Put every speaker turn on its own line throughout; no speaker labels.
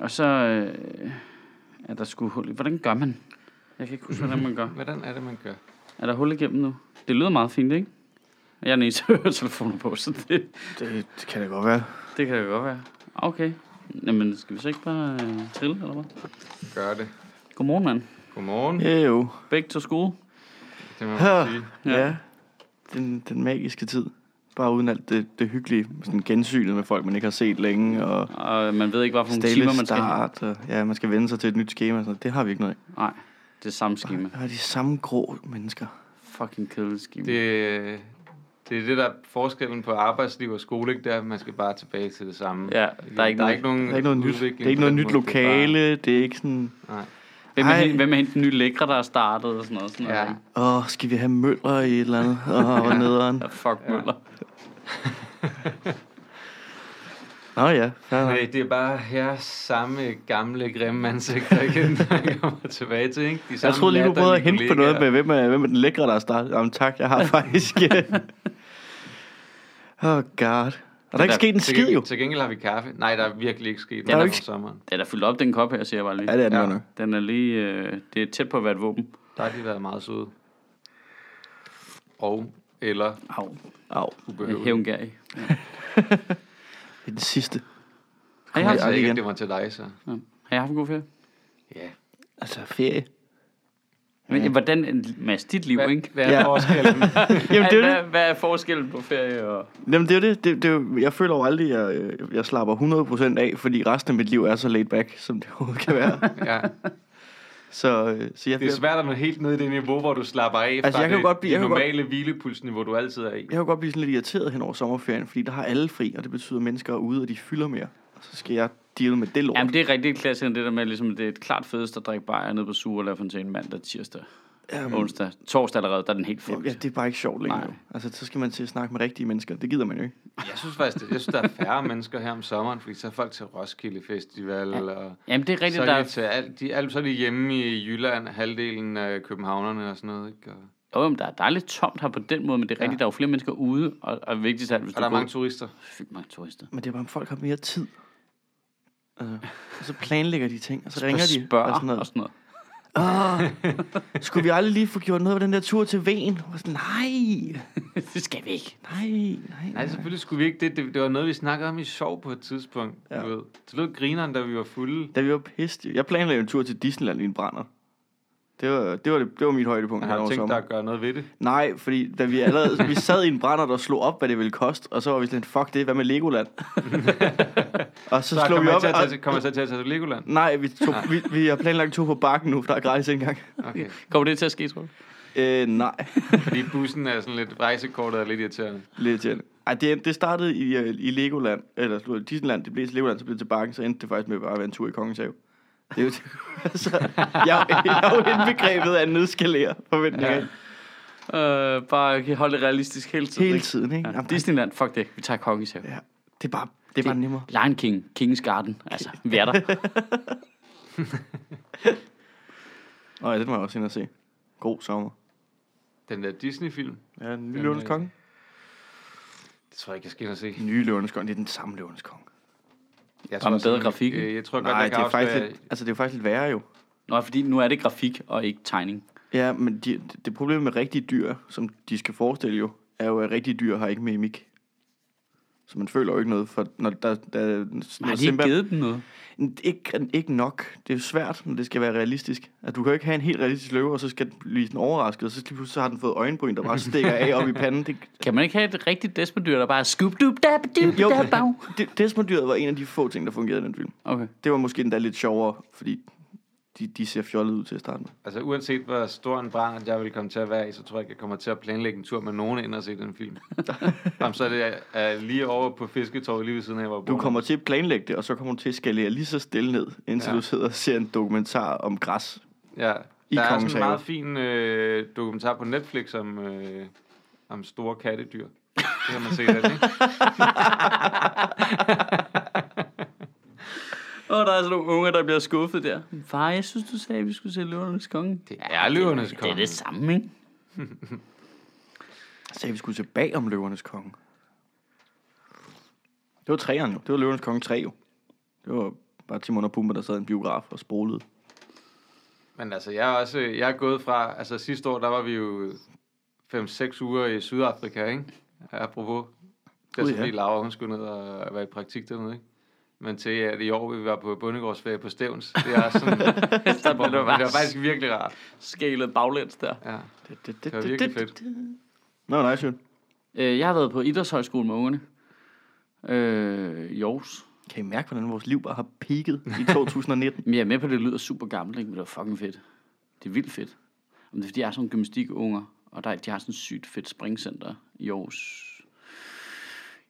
og så øh, er der sgu hul i. Hvordan gør man? Jeg kan ikke huske, hvordan man gør.
Hvordan er det, man gør?
Er der hul igennem nu? Det lyder meget fint, ikke? Jeg er den eneste, der hører telefoner på, så det,
Det, det kan det godt være.
det kan det godt være. Ah, Okay. Jamen, skal vi så ikke bare øh, trille, eller hvad?
Gør det.
Godmorgen, mand.
Godmorgen.
Ja, jo.
Back to school.
Det må
Ja.
man sige.
Ja.
Ja. ja. Den, den magiske tid. Bare uden alt det, det hyggelige. Sådan gensynet med folk, man ikke har set længe. Og
Og man ved ikke, hvad for nogle timer
stale
man skal have.
start. Og, ja, man skal vende sig til et nyt schema. og Sådan. noget. Det har vi ikke noget af.
Nej, det er samme schema.
Der er de samme grå mennesker.
Fucking kedeligt schema. Det.
Det, det er det, der er forskellen på arbejdsliv og skole, ikke? Det er, at man skal bare tilbage til det samme.
Ja, der er ikke noget-
nogen
Der er ikke noget nyt,
udvikling
det er ikke
på
noget
den
nyt
måde. Det er
lokale. Det er ikke sådan...
Bare, nej.
Hvem, er,
Ej.
hende- hvem er hende den nye lækre, der er startet og sådan noget? Sådan
Ja.
noget.
Åh, oh, skal vi have møller i et eller andet? Åh, oh, hvor nederen.
Ja, fuck ja. Møller.
Nå ja, fair nok.
Nej, det er bare her samme gamle, grimme ansigter igen, der kommer tilbage til, ikke? De
Jeg troede lige, du prøvede at hente på noget med, hvem er, hvem er den lækre, der har startet. Jamen tak, jeg har faktisk... oh god. Og der er ikke sket en skid jo.
Til gengæld har vi kaffe. Nej, der er virkelig ikke sket
er jo
noget
ikke-
for sommeren.
Den er fyldt op, den kop her, siger jeg bare lige.
Ja, det er den
Ja.
jo nok.
Den er lige... Øh, det er tæt på at være et våben.
Der har de været meget søde. Og eller
Au.
Au,
ubehøvet.
Hævngærig.
det er den sidste.
Har I
Jeg
haft,
sagde ikke,
igen.
at det var til dig, så.
ja. har I haft en god ferie?
Ja.
Altså ferie.
Men, hvordan, Mads, dit liv,
Hvad,
ikke?
hvad er
Ja.
forskellen?
Jamen det er jo det.
Hvad, hvad er forskellen på ferie og...
Jamen, det, er jo det. det, det er jo, jeg føler jo aldrig, at jeg, øh, jeg slapper 100% af, fordi resten af mit liv er så laid back, som det overhovedet kan være.
ja.
så, øh, så jeg,
Det er
jeg,
svært at nå helt ned i det niveau, hvor du slapper af
Altså,
fra
jeg kan
det,
godt blive-
det
jeg kan godt-
normale hvilepulsniveau, du altid er i.
jeg kan godt blive sådan lidt irriteret hen over sommerferien, fordi der har alle fri, og det betyder, at mennesker er ude, og de fylder mere. Og så skal jeg deal med det lort.
Jamen, det er rigtig klassisk, det der med, ligesom, det er et klart fedest at drikke bajer nede på Sur eller Fontaine mandag, tirsdag,
Jamen,
onsdag. Torsdag allerede, der er den helt
Ja,
fucked.
ja, det er bare ikke sjovt længere.
Nej.
jo. Altså, så skal man til at snakke med rigtige mennesker. Det gider man jo ikke.
Jeg synes faktisk, det, jeg synes, der er færre mennesker her om sommeren, fordi så er folk til Roskilde Festival, ja. og
Jamen, det er
så
rigtigt,
er,
der
de
er
til alt, de, alt, så er de hjemme i Jylland, halvdelen af københavnerne og sådan noget. Ikke? Og,
Jo, jo, men der er, der er lidt tomt her på den måde, men det er rigtigt, ja. der er jo flere mennesker ude, og, og vigtigst af alt, hvis
og
du
der er
går...
mange turister.
Fyldt mange turister.
Men det er bare, om folk har mere tid. Altså, og så planlægger de ting, og så ringer de.
og spørger
og sådan
og
noget.
sådan noget.
Åh, skulle vi aldrig lige få gjort noget ved den der tur til Ven? Og sådan, nej,
det skal vi ikke.
nej, nej.
Nej, selvfølgelig skulle vi ikke det. Det, det var noget, vi snakkede om i sov på et tidspunkt. Ja.
Ja.
Du ved. Det lød grineren, da vi var fulde.
Da vi var pist. Jeg planlagde en tur til Disneyland i en brænder. Det var, det var, det, det var mit højdepunkt.
Jeg
hen
har
over
tænkt dig
sommeren.
at gøre noget ved det.
Nej, fordi da vi allerede vi sad i en brænder, der slog op, hvad det ville koste, og så var vi sådan, fuck det, hvad med Legoland? og så,
Så, så
slog vi
kommer,
op,
jeg til at tage,
og-
til- kommer jeg så til at tage til Legoland.
Nej, vi, tog, vi, vi har planlagt to på bakken nu, for der er gratis indgang.
Okay.
Kommer det til at ske, tror du?
Øh, nej,
Fordi bussen er sådan lidt, rejsekortet er lidt irriterende.
lidt til. Ej, det, det startede i, øh, i Legoland, eller slut, Disneyland, det blev til Legoland, så blev det til bakken, så endte det faktisk med bare at være en tur i Kongens Have. Det er jo, altså, jeg, jeg er jo indbegrebet af at nedskalere forventninger. Ja.
Øh, bare okay, holde det realistisk hele tiden.
Hele
ikke?
tiden, ikke?
Ja.
Jamen, det,
Disneyland, fuck det. Vi tager kongens have.
ja, det, er bare, det er bare nemmere.
Lion King, Kings Garden. Altså, vi er der.
Nå ja, det må jeg også ind og se. God sommer.
Den der Disney-film,
Ja, den nye
Den,
løvenes
øh,
konge.
det tror jeg ikke, jeg skal ind og se.
Den nye løvenes konge, det er den samme løvenes konge.
Jeg
Var den bedre
simpelthen-
grafik?
Øh, Jeg tror godt,
Nej,
jeg
det
kan
er, faktisk
afsløre,
lidt, altså, det er jo faktisk lidt værre jo.
Nå, fordi nu er det grafik og ikke tegning.
Ja, men de, det problem med rigtige dyr, som de skal forestille jo, er jo, at rigtige dyr har ikke mimik. Så man føler jo ikke noget, for når der... der når
Har de ikke givet dem noget?
Ikke, ikke nok. Det er jo svært, når det skal være realistisk. At du kan jo ikke have en helt realistisk løve, og så skal den blive sådan overrasket, og så lige pludselig så har den fået øjenbryn, der bare stikker af op i panden. Det,
Kan man ikke have et rigtigt desmodyr, der bare scoop dub dab dub
jo,
dab bag?
det, Desmodyret var en af de få ting, der fungerede i den film.
Okay.
Det var måske endda lidt sjovere, fordi de, de ser fjollede ud til at starte med.
altså uanset hvor stor en brand jeg vil komme til at være i, så tror jeg ikke, jeg kommer til at planlægge en tur med nogen ind og se den film. Jamen, så er det er lige over på Fisketorvet lige ved siden af, hvor jeg
Du
bor.
kommer til at planlægge det, og så kommer du til at skalere lige så stille ned, indtil
Ja.
ja. du sidder og ser en dokumentar om græs.
Ja,
i
der er
Kongens
sådan en
Have.
meget fin øh, dokumentar på Netflix om, øh, om store kattedyr. Det kan man se den, ikke?
Og der er sådan nogle unger, der bliver skuffet der. Far, jeg synes, du sagde, at vi skulle se Løvernes Konge.
Det er løvernes
Det er
konge.
det samme, ikke?
Jeg sagde, vi skulle se bag om Løvernes Konge. Det var træerne jo. Det var Løvernes Konge 3 jo. Det var Bare Timon og Pumba, der sad i en biograf og sprolede.
Men altså, jeg er også, jeg er gået fra, altså sidste år, der var vi jo 5-6 uger i Sydafrika, ikke? Apropos. Det er
Gud,
så
ja.
fordi Laura, hun skulle ned og være i praktik dernede, ikke? Men til at i år vil vi være på bundegårdsferie på Stævns. Det er sådan,
Der blev
det
du
var
bare
faktisk virkelig rart.
skælet baglæns der.
Ja.
Det
Det var virkelig fedt.
Nå, nej, sødt.
Øh, jeg har været på idrætshøjskole med ungerne. Øh, i Aarhus.
Kan I mærke, hvordan vores liv bare har peaked i 2019?
Men jeg er med på, at det lyder super gammelt, ikke? men det var fucking fedt. Det er vildt fedt. Men det er, fordi jeg er sådan nogle gymnastikunger, og der, de har sådan et sygt fedt springcenter i Aarhus.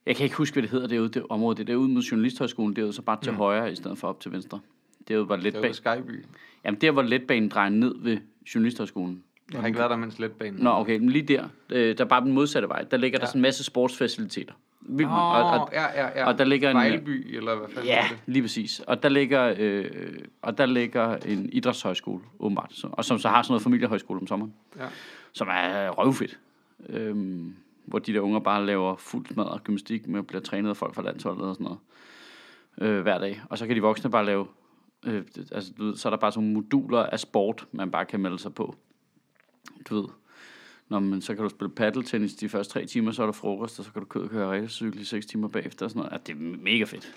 Jeg kan ikke huske, hvad det hedder derude, det område. Det er derude mod Journalisthøjskolen, derude så bare til mm. højre, i stedet for op til venstre. Derude var
Det var
letbanen.
Skyby.
Jamen, der var letbanen drejer ned ved Journalisthøjskolen.
Jeg har ikke været der mens letbanen.
Nå, okay, men lige der, øh, der er bare den modsatte vej. Der ligger ja. der sådan en masse sportsfaciliteter. Vildt,
Nå,
og, og,
ja, ja, ja.
og der ligger en-
Vejleby, eller hvad fanden
Ja,
er det?
lige præcis. Og der ligger, øh, og der ligger en idrætshøjskole, åbenbart. Så, og som så har sådan noget familiehøjskole om sommeren.
Ja.
Som er røvfedt. Øhm, hvor de der unger bare laver fuldt mad og gymnastik med at blive trænet af folk fra landsholdet og sådan noget. Øh, hver dag. Og så kan de voksne bare lave... Øh, det- altså, du ved, så er der bare sådan nogle moduler af sport, man bare kan melde sig på. Du ved. Nå, men så kan du spille paddeltennis de første tre timer, så er der frokost, og så kan du køre og køre racercykel i seks timer bagefter og sådan noget. Ja, det er mega fedt.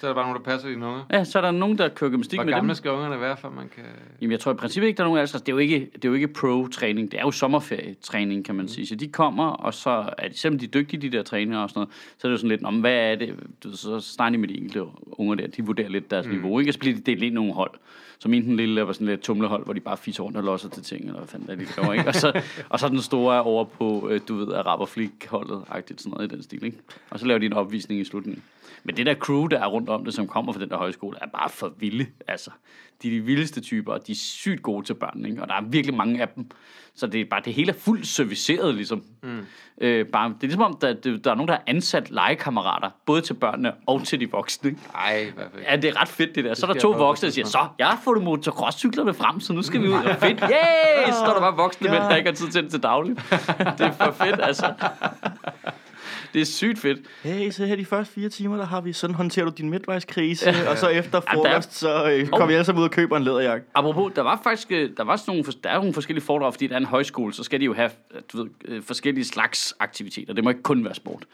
Så er der bare nogen, der passer dine unger.
Ja, så er der nogen, der kører gymnastik
Hvor
med
gamle
dem.
skal ungerne være, for man kan...
Jamen, jeg tror i princippet ikke, der er nogen af os. altså, Det er jo ikke, det er jo ikke pro-træning. Det er jo sommerferietræning, kan
Mm.
man sige. Så de kommer, og så er de, selvom de er dygtige, de der trænere og sådan noget, så er det jo sådan lidt, om hvad er det? Du, ved, så snakker de med de enkelte unger der. De vurderer lidt deres mm. niveau, ikke? Og så bliver de delt ind i nogle hold. Så min den lille var sådan lidt tumlehold, hvor de bare fiser rundt og losser til ting, eller hvad fanden er det, de gør, ikke? Og så, og så den store er over på, øh, du ved, Araberflik-holdet, agtigt sådan noget i den stil, ikke? Og så laver de en opvisning i slutningen. Men det der crew, der er rundt om det, som kommer fra den der højskole, er bare for vilde, altså. De er de vildeste typer, og de er sygt gode til børn, ikke? Og der er virkelig mange af dem. Så det er bare, det hele er fuldt serviceret, ligesom. Mm. Øh, bare, det er ligesom om, der, der der er nogen, der har ansat legekammerater, både til børnene og til de voksne, ikke?
Ej, hvad fanden.
Ja, det er ret fedt, det der. Så er der
skal
to
jeg prøve
voksne, der
på
siger,
et
så, jeg har fået motocrosscyklerne frem, så nu skal vi ud. Og fedt, yay! Så står der bare voksne mænd, der ikke har tid til det til dagligt. Det er for fedt, altså. Det er sygt fedt.
Hey, så her de første fire timer, der har vi, sådan håndterer du din midtvejskrise, og så efter frokost, så øh,
Hov.
kom vi alle sammen ud og køber en læderjakke.
Apropos, der var faktisk øh, der var sådan nogle, fors- der er nogle forskellige foredrag, fordi det er en højskole, så skal de jo have øh, du ved, øh, forskellige slags aktiviteter. Det må ikke kun være sport.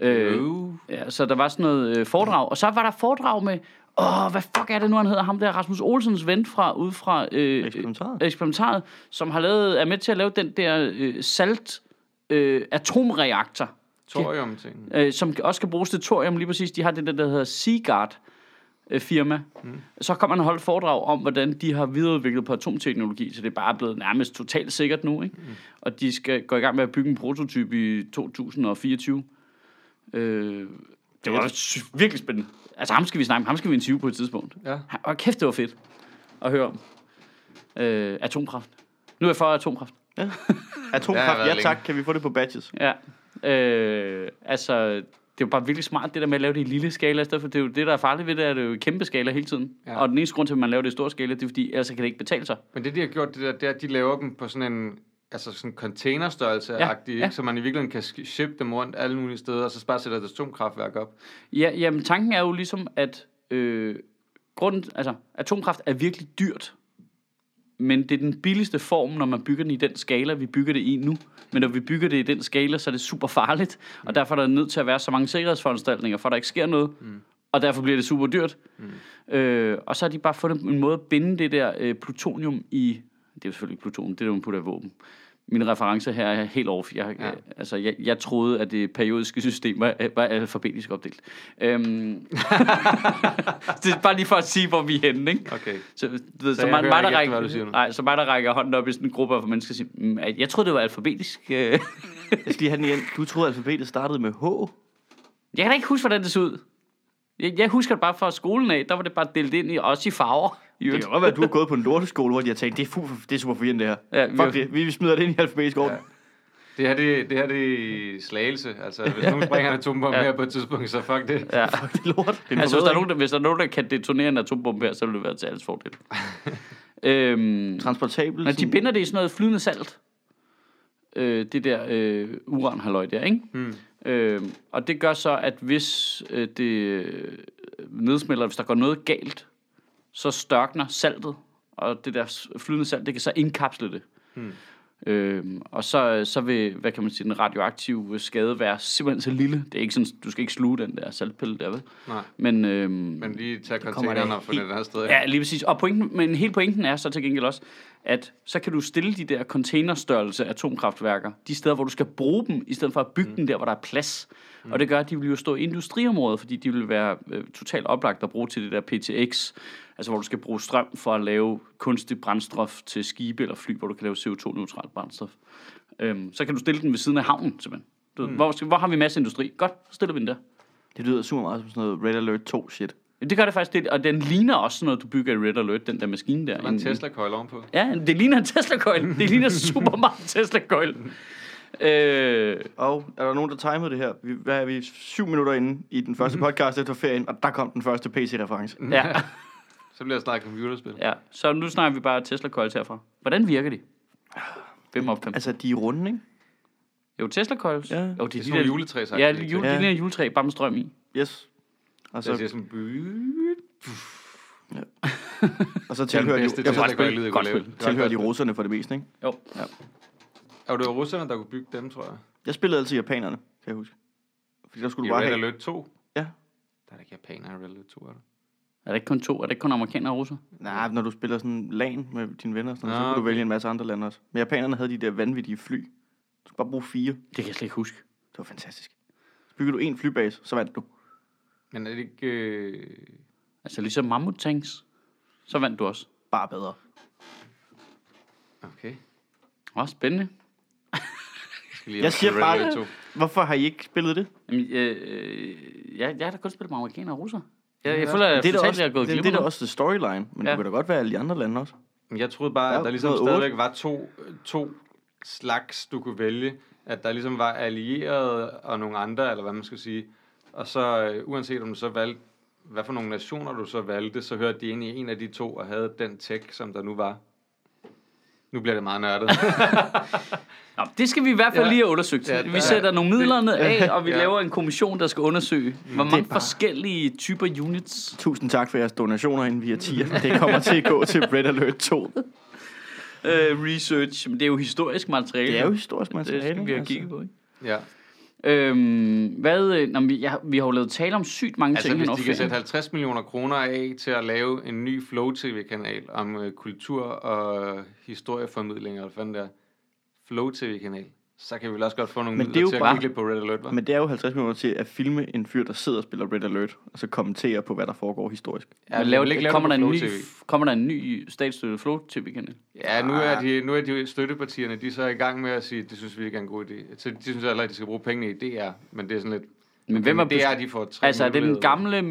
Øh, ja, så der var sådan noget øh, foredrag, og så var der foredrag med, åh, hvad fuck er det nu, han hedder ham der, Rasmus Olsens ven fra, ude fra øh,
Eksperimentaret.
øh, eksperimentet, som har lavet, er med til at lave den der øh, salt øh, atomreaktor,
Thorium-ting.
øh, som også kan bruges til thorium lige præcis. De har det der, der hedder Seaguard øh, firma. Mm. Så kommer han og holdt foredrag om, hvordan de har videreudviklet på atomteknologi, så det er bare blevet nærmest totalt sikkert nu. Ikke? Mm. Og de skal gå i gang med at bygge en prototype i 2024. Øh, det var sy- virkelig spændende. Altså ham skal vi snakke med. Ham skal vi interviewe på et tidspunkt.
Ja.
Han- Og kæft, det var fedt at høre om. Øh, atomkraft. Nu er jeg for atomkraft.
Det har
Atomkraft,
været
ja
længe.
tak, kan vi få det på badges?
Ja. Øh, altså, det er jo bare virkelig smart, det der med at lave det i lille skala, i stedet for det er jo det, der er farligt ved det, er det er jo i kæmpe skala hele tiden. Ja.
Ja.
Og den eneste grund til, at man laver det i stor skala, det er fordi, ellers så kan det ikke betale sig.
Men det, de har gjort, det der, det er, at de laver dem på sådan en altså sådan containerstørrelse
Ja,
ja, ja.
ja.
så man i virkeligheden kan sk- shippe dem rundt alle mulige steder, og så bare sætter et atomkraftværk op.
Ja, jamen, tanken er jo ligesom, at øh, grunden, altså, atomkraft er virkelig dyrt. Men det er den billigste form, når man bygger den i den skala, vi bygger det i nu. Men når vi bygger det i den skala, så er det super farligt. Og derfor er der nødt til at være så mange sikkerhedsforanstaltninger, for at der ikke sker noget. Mm. Og derfor bliver det super dyrt. Mm. Øh, og så har de bare fundet en måde at binde det der øh, plutonium i... Det er jo selvfølgelig ikke plutonium, det er det, man putter i våben. Min reference her er helt off. Jeg, ja.
Ja.
altså, jeg, jeg troede, at det periodiske system var, var alfabetisk opdelt. Øhm, det er bare lige for at sige, hvor vi er henne, ikke?
Okay.
Så, du ved, så,
jeg
mig,
hører
mig,
ikke
der
efter,
rækker,
hvad du siger nu.
nej, så mig, der rækker hånden op i sådan en gruppe af mennesker, og siger, "Mm, at jeg troede, det var alfabetisk. Øh, jeg
Jeg skal lige have den igen. Du troede, alfabetet startede med H.
kan da ikke huske, hvordan det så ud. Jeg, jeg husker det bare fra skolen af, der var det bare delt ind i, også i farver. I
Det
øvrigt.
kan godt være, at du har gået på en lorteskole, hvor de har tænkt, det er, fu- det er super forvirrende det her.
Ja,
Ja,
vi
vi
har-
Fuck det, vi, vi smider det ind i alfabetisk orden.
Det her, det, det her, det er slagelse. Altså, hvis nogen springer en atombombe
Ja.
ja. her på et tidspunkt, så fuck det. Ja.
Ja.
Fuck, det er lort. Det er
Altså, hvis
en
der, er
forbedring.
nogen, der, hvis der er nogen, der kan detonere en atombombe her, så vil det være til alles fordel. øhm,
Transportabel.
Men de
sådan-
binder det i sådan noget flydende salt. Øh, det der øh, uranhalløj der, ikke? Mm. Øh, og det gør så, at hvis øh, det... øh, nedsmelter, hvis der går noget galt, så størkner saltet, og det der s- flydende salt, det kan så indkapsle det. Hmm. Øhm, og så, så vil, hvad kan man sige, den radioaktive skade være simpelthen så lille. Det er ikke sådan, du skal ikke sluge den der saltpille der, vel?
Nej.
Men, øhm,
Men lige tage
kommer
containeren
der
og få den andet sted.
Ja, lige præcis. Og pointen, men hele pointen er så til gengæld også, at så kan du stille de der containerstørrelse atomkraftværker, de steder, hvor du skal bruge dem, i stedet for at bygge mm. dem der, hvor der er plads. Mm. Og det gør, at de vil jo stå i industriområdet, fordi de vil være øh, totalt oplagt at bruge til det der PTX, altså hvor du skal bruge strøm for at lave kunstig brændstof til skibe eller fly, hvor du kan lave CO2-neutralt brændstof. Øhm, så kan du stille den ved siden af havnen, simpelthen. Du, ved, hvor, skal, hvor har vi masse industri? Godt, så stiller vi den der.
Det lyder super meget som sådan noget Red Alert 2 shit.
Det gør det faktisk lidt, og den ligner også sådan noget, du bygger i Red Alert, den der maskine der.
Der er en Tesla-køjle ovenpå.
Ja, det ligner en Tesla-coil. Det ligner super meget en Tesla-coil. Øh,
Og er der nogen, der timede det her? Vi, hvad er vi? Syv minutter inde i den første podcast efter ferien, og der kom den første PC-reference.
ja,
Så bliver jeg snart computerspil.
ja, så nu snakker vi bare Tesla-coils herfra. Hvordan virker de? 5 op 5.
Altså, de er runde, ikke?
Jo, Tesla-coils.
Ja.
Jo,
Det er
de
sådan
der-
nogle juletræsagtige
Ja,
ting.
jule,
Ja.
ja. de der juletræ, bare med strøm i.
Yes. Og
Så jeg siger
så,
sådan, by...
og så
Det er den
tilhører de,
bedste
jeg
godt
Tesla-køjle,
spil.
jeg
Godt
kunne lave.
spil.
tilhører de russerne for det meste, ikke?
Jo.
Og det var russerne, der kunne bygge dem, tror jeg.
Jeg spillede altid japanerne, kan jeg huske. Fordi der skulle
I
du bare
Red
have...
Alert 2.
Ja.
Der er da ikke japanere i Red Alert 2, er der?
Er det ikke kun to? Er det ikke kun amerikanere og russer?
Nej, når du spiller sådan LAN med dine venner, og sådan, noget,
Nå,
så kunne du
okay.
vælge en masse andre lande også. Men japanerne havde de der vanvittige fly. Du skulle bare bruge fire.
Det kan jeg slet ikke huske.
Det var fantastisk. Så byggede du en flybase, så vandt du.
Men er det ikke... Øh...
Altså ligesom mammut tanks. Så vandt du også.
Bare bedre.
Okay.
Åh, spændende.
Jeg, skal lige
Jeg
op til
siger
Red
bare-
Alert 2.
Hvorfor har I ikke spillet det?
Jamen, øh, øh, jeg, jeg har da kun spillet med amerikanere og russer. Jeg, jeg
Ja.
føler, at jeg
det er da
fortalte, at
også,
jeg er gået
det,
glip
det
af
er da
noget.
også the storyline, men
Ja.
ja. det kunne da godt være alle de andre lande også.
Men Jeg troede bare,
Der er
at der
jo
ligesom
noget otte.
stadigvæk var to, to slags, du kunne vælge. At der ligesom var allierede og nogle andre, eller hvad man skal sige. Og så øh, uanset om du så valgte, hvad for nogle nationer du så valgte, så hørte de ind i en af de to og havde den tech, som der nu var. Nu bliver det meget nørdet.
Nå, det skal vi i hvert fald
Ja.
ja. lige have undersøgt.
Ja,
Ja,
der-
vi sætter nogle midler ned af, og vi
Ja.
ja. laver en kommission, der skal undersøge, hvor mange
bare-
forskellige typer units.
Tusind tak for jeres donationer inden via tier. Det kommer til at gå til Red Alert 2.
Uh, research, men det er jo historisk materiale.
Det er jo historisk materiale. altså.
Det skal vi
ikke?
have kigget på, ikke?
ja.
Øhm, hvad, øh, nå, men vi, jeg, vi har jo lavet tale om sygt mange
Altså
ting.
hvis
hen over
de kan
ferien.
sætte 50 millioner kroner af til at lave en ny Flow TV-kanal om øh, kultur og historieformidling, eller hvad fanden der Flow TV-kanal, så kan vi vel også godt få nogle
Men
midler
det er jo
til
bare-
at kigge lidt på Red Alert, hva'?
Men det er jo 50 minutter til at filme en fyr, der sidder og spiller Red Alert, og så kommentere på, hvad der foregår historisk.
Ja,
vi
laver,
vil ikke lave
kommer, der
det på
en ny,
Flow
kommer der en ny statsstøttet Flow TV-kanal?
Ja, nu
Ah.
er, de, nu er de støttepartierne, de er så i gang med at sige, det synes vi ikke er en god idé. Så de synes heller, at de skal bruge pengene i DR, men det er sådan lidt...
Men hvem er
men DR,
best-
de får tre
Altså, er det den
muligheder.
gamle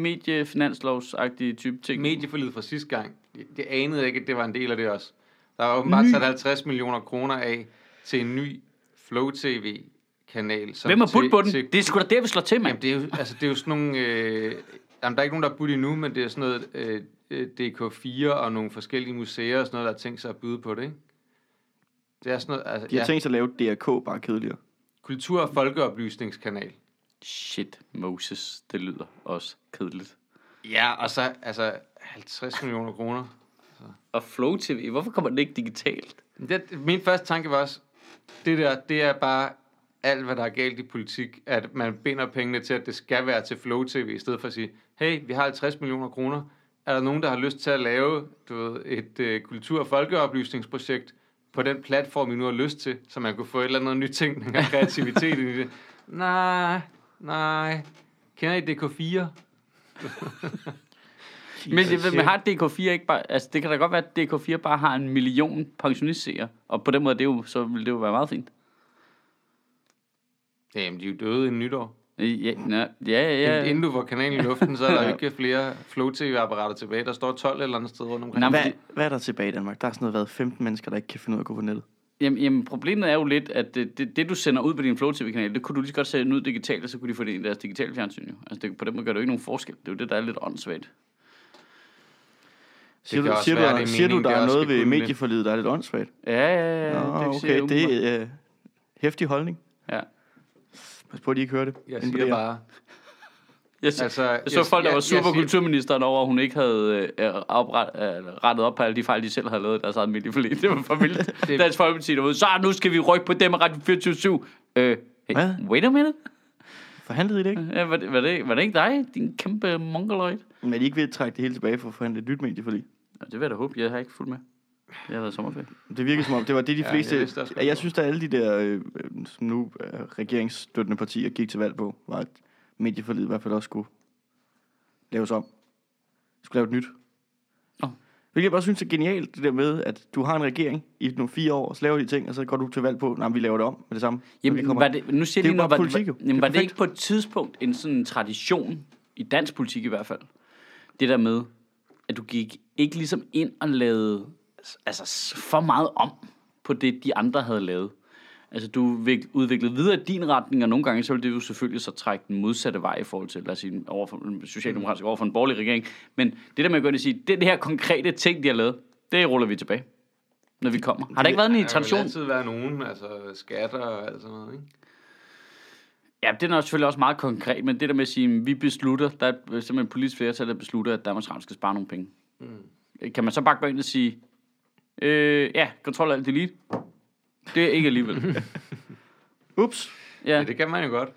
mediefinanslovsagtige type ting?
Medieforlidet fra sidste gang, det anede jeg ikke, at det var en del af det også. Der var åbenbart sat 50 millioner kroner af til en ny Flow TV-kanal. som
hvem har
til-
budt på den?
til-
Det er sgu da der, vi slår til, mand.
Jamen, det er jo, altså, det er jo sådan nogle... Øh, jamen, der er ikke nogen, der er budt endnu, men det er sådan noget øh, øh, DK4 og nogle forskellige museer og sådan noget, der har tænkt sig at byde på det, ikke? Det er sådan noget... Altså,
De har
ja.
tænkt sig at lave DRK bare kedeligere.
Kultur- og folkeoplysningskanal.
Shit, Moses, det lyder også kedeligt.
Ja, og så altså 50 millioner kroner.
Og Flow TV, hvorfor kommer den ikke digitalt?
Men Det, min første tanke var også, det der, det er bare alt, hvad der er galt i politik, at man binder pengene til, at det skal være til Flow TV, i stedet for at sige, hey, vi har 50 millioner kroner, er der nogen, der har lyst til at lave du ved, et øh, kultur- og folkeoplysningsprojekt på den platform, I nu har lyst til, så man kunne få et eller andet nytænkning og kreativitet ind i det? Nej, nej. Kender I DK4?
Men, det, men har DK4 ikke bare... Altså, det kan da godt være, at DK4 bare har en million pensionistseere. Og på den måde, det er jo, så ville det jo være meget fint.
Jamen, de er jo døde i nytår.
Øh, Ja, nå, ja, ja.
Inden
ja.
du får kanalen i luften, så er der jo ikke flere flow-tv-apparater tilbage. Der står 12 eller andet sted rundt omkring.
Nå, men
Hvad,
det-
hvad er der tilbage i Danmark? Der er sådan noget været 15 mennesker, der ikke kan finde ud af at gå på nettet.
Jamen, jamen, problemet er jo lidt, at det, det, det du sender ud på din Flow TV-kanal, det kunne du lige så godt sende ud digitalt, og så kunne de få det ind i deres digitale fjernsyn. Jo. Altså, det, på den måde gør det jo ikke nogen forskel. Det er jo det, der er lidt åndssvagt.
Siger,
kan
du,
også
siger,
være, det
du, der,
er
siger du,
meningen,
der
det
er
også
noget
skal
ved
kunne det.
medieforlidet, der er lidt åndsvagt?
Ja, ja, ja.
Nå,
kan jeg
okay,
sige umiddelbart.
det er øh, hæftig holdning.
Ja.
Pas på, at de ikke hører det.
Jeg
inde på
siger
DR.
bare,
Jeg, altså, jeg, jeg så folk, der var sur på kulturministeren over, at hun ikke havde øh, opret, øh, rettet op på alle de fejl, de selv havde lavet i deres almindelige forlig. Det var for vildt.
Det-
det... Dansk Folkeparti derude, så nu skal vi rykke på dem og ret 24-7. Øh, hey,
Hvad?
wait a minute.
Forhandlede I det ikke?
Ja, var, det, var, det, var det ikke dig, din kæmpe mongoloid?
Men er de ikke ved at trække det hele tilbage for at forhandle et nyt medieforlig?
Nå, det vil jeg da håbe. Jeg har ikke fulgt med. Jeg har været i sommerferie.
Det virker som om, det var det de
Ja,
fleste...
jeg
Jeg,
vidste også godt,
jeg
hvor-
synes, at alle de der, øh, øh, som nu øh, regeringsstøttende partier gik til valg på, var at medieforliget i hvert fald også skulle laves om. Skulle lave et nyt.
Nå.
Hvilket jeg bare synes er genialt, det der med, at du har en regering i nogle fire år, så laver de ting, og så går du til valg på, nej, vi laver det om med det samme. når vi
Jamen,
kommer."
var det, nu siger
Det er
det
jo
lige noget,
bare
var,
politik, jo.
var,
Det er
jamen, var det
perfekt.
ikke på et tidspunkt en sådan tradition, i dansk politik i hvert fald, det der med, at du gik ikke ligesom ind og lavede altså, s- for meget om på det, de andre havde lavet. Altså, du vik- udviklede videre i din retning, og nogle gange, så ville det jo selvfølgelig så trække den modsatte vej i forhold til, lad os sige, over for, socialdemokratisk over for en borgerlig regering. Men det der med at gå ind og sige, det, det her konkrete ting, de har lavet, det ruller vi tilbage, når vi kommer. Har der ikke været en
Der tradition.
tradition?
vil altid være nogen, altså skatter og alt sådan noget, ikke?
Ja, det er nok selvfølgelig også meget konkret, men det der med at sige, vi beslutter, der er simpelthen et politisk flertal, der beslutter, at Danmarks Radio skal spare nogle penge. Mm. Kan man så bare gå ind og sige, øh, ja, kontrol alt delete? Det er ikke alligevel.
Ups.
Ja,
Ja, det kan man jo godt.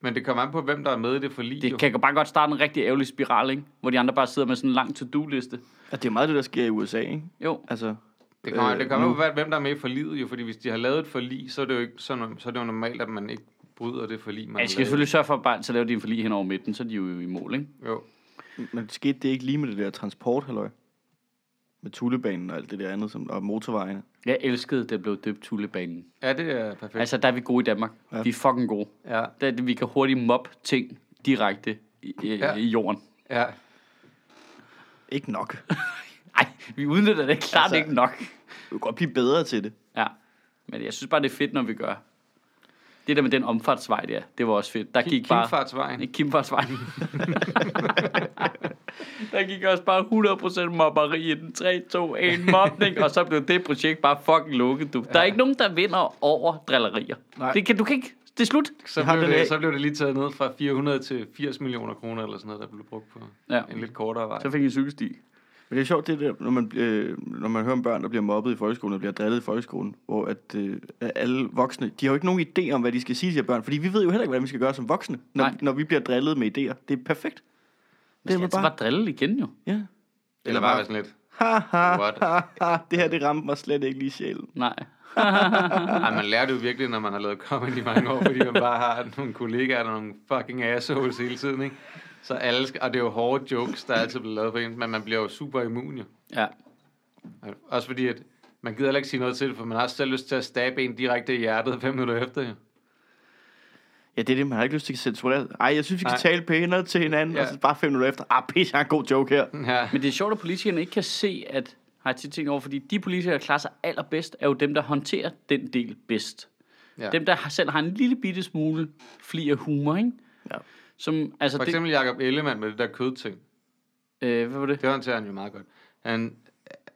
Men det kommer an på, hvem der er med i det forlig, jo.
det kan bare godt starte en rigtig ærgerlig spiral, ikke? Hvor de andre bare sidder med sådan en lang to-do-liste.
Og det er jo meget det, der sker i USA, ikke?
Jo,
Altså,
Det kommer,
Øh,
øh, det kommer
nu-
jo på, hvem der er med i forliget, jo, fordi hvis de har lavet et forlig, så er det jo, ikke, så, så er det jo normalt, at man ikke bryder det forlig, man
jeg Altså, skal selvfølgelig sørge for, at bare, så laver de en forlig hen over midten, så er de jo i mål, ikke?
Jo.
men skete det ikke lige med det der transport, halløj? Med tullebanen og alt det der andet, som, og motorvejene.
Jeg elskede, det blev døbt Tullebanen.
Ja, det er perfekt. Altså,
Altså, der er vi gode i Danmark.
Ja.
Ja. Vi er fucking gode.
ja,
Der, er det, vi kan hurtigt mobbe ting direkte i, i,
Ja.
ja. i jorden.
ja.
Ikke nok.
Nej, vi udnytter det klart
Altså-
altså, ikke nok.
Du kan godt blive bedre til det.
Ja. Men jeg synes bare, det er fedt, når vi gør. Det der med den omfartsvej der, det var også fedt. Der gik bare...
Kimfartsvejen.
Ikke Kimfartsvej. der gik også bare 100% mobberi i den 3, 2, 1 mobning, og så blev det projekt bare fucking lukket. Du. Der er ikke nogen, der vinder over drillerier.
Nej.
Det kan, du kan ikke... Det er slut.
Så
Jeg har
blev,
den af.
det, så blev det lige taget ned fra 400 til 80 millioner kroner, eller sådan noget, der blev brugt på
Ja.
ja. en lidt kortere vej.
Så fik jeg en cykelsti.
Men det er sjovt, det der, når man, øh, når man hører om børn, der bliver mobbet i folkeskolen, og bliver drillet i folkeskolen, hvor at, øh, alle voksne, de har jo ikke nogen idé om, hvad de skal sige til de her børn, fordi vi ved jo heller ikke, hvad vi skal gøre som voksne, når,
Nej.
når vi bliver drillet med idéer. Det er perfekt.
Det
er
er
man
altså
bare,
bare drille igen jo.
ja.
Eller bare være sådan lidt.
Ha, ha,
What?
ha, ha, det her, det ramte mig slet ikke lige i sjælen.
Nej.
Ej, man lærer det jo virkelig, når man har lavet comedy i mange år, fordi man bare har nogle kollegaer, der er nogle fucking assholes hele tiden, ikke? Så alle skal, og det er jo hårde jokes, der altid bliver lavet på en, men man bliver jo super immun, jo.
Ja.
Også fordi, at man gider heller ikke sige noget til det, for man har også selv lyst til at stabe en direkte i hjertet fem minutter efter, jo.
Ja, det er det, man har ikke lyst til at censurere. Ej, jeg synes, vi kan
Nej.
tale pænere til hinanden, ja.
Ja.
og så bare fem minutter efter. Ah, pis, jeg har en god joke her.
Ja.
Men det er sjovt, at politikerne ikke kan se, at har jeg tit tænkt over, fordi de politikere, der klarer sig allerbedst, er jo dem, der håndterer den del bedst.
Ja.
Ja. Dem, der har- selv har en lille bitte smule fli af humor, ikke?
Ja.
Som, altså,
For eksempel Jacob Ellemann med det der kødting.
det, øh, hvad var det?
Det håndterer han jo meget godt. Han,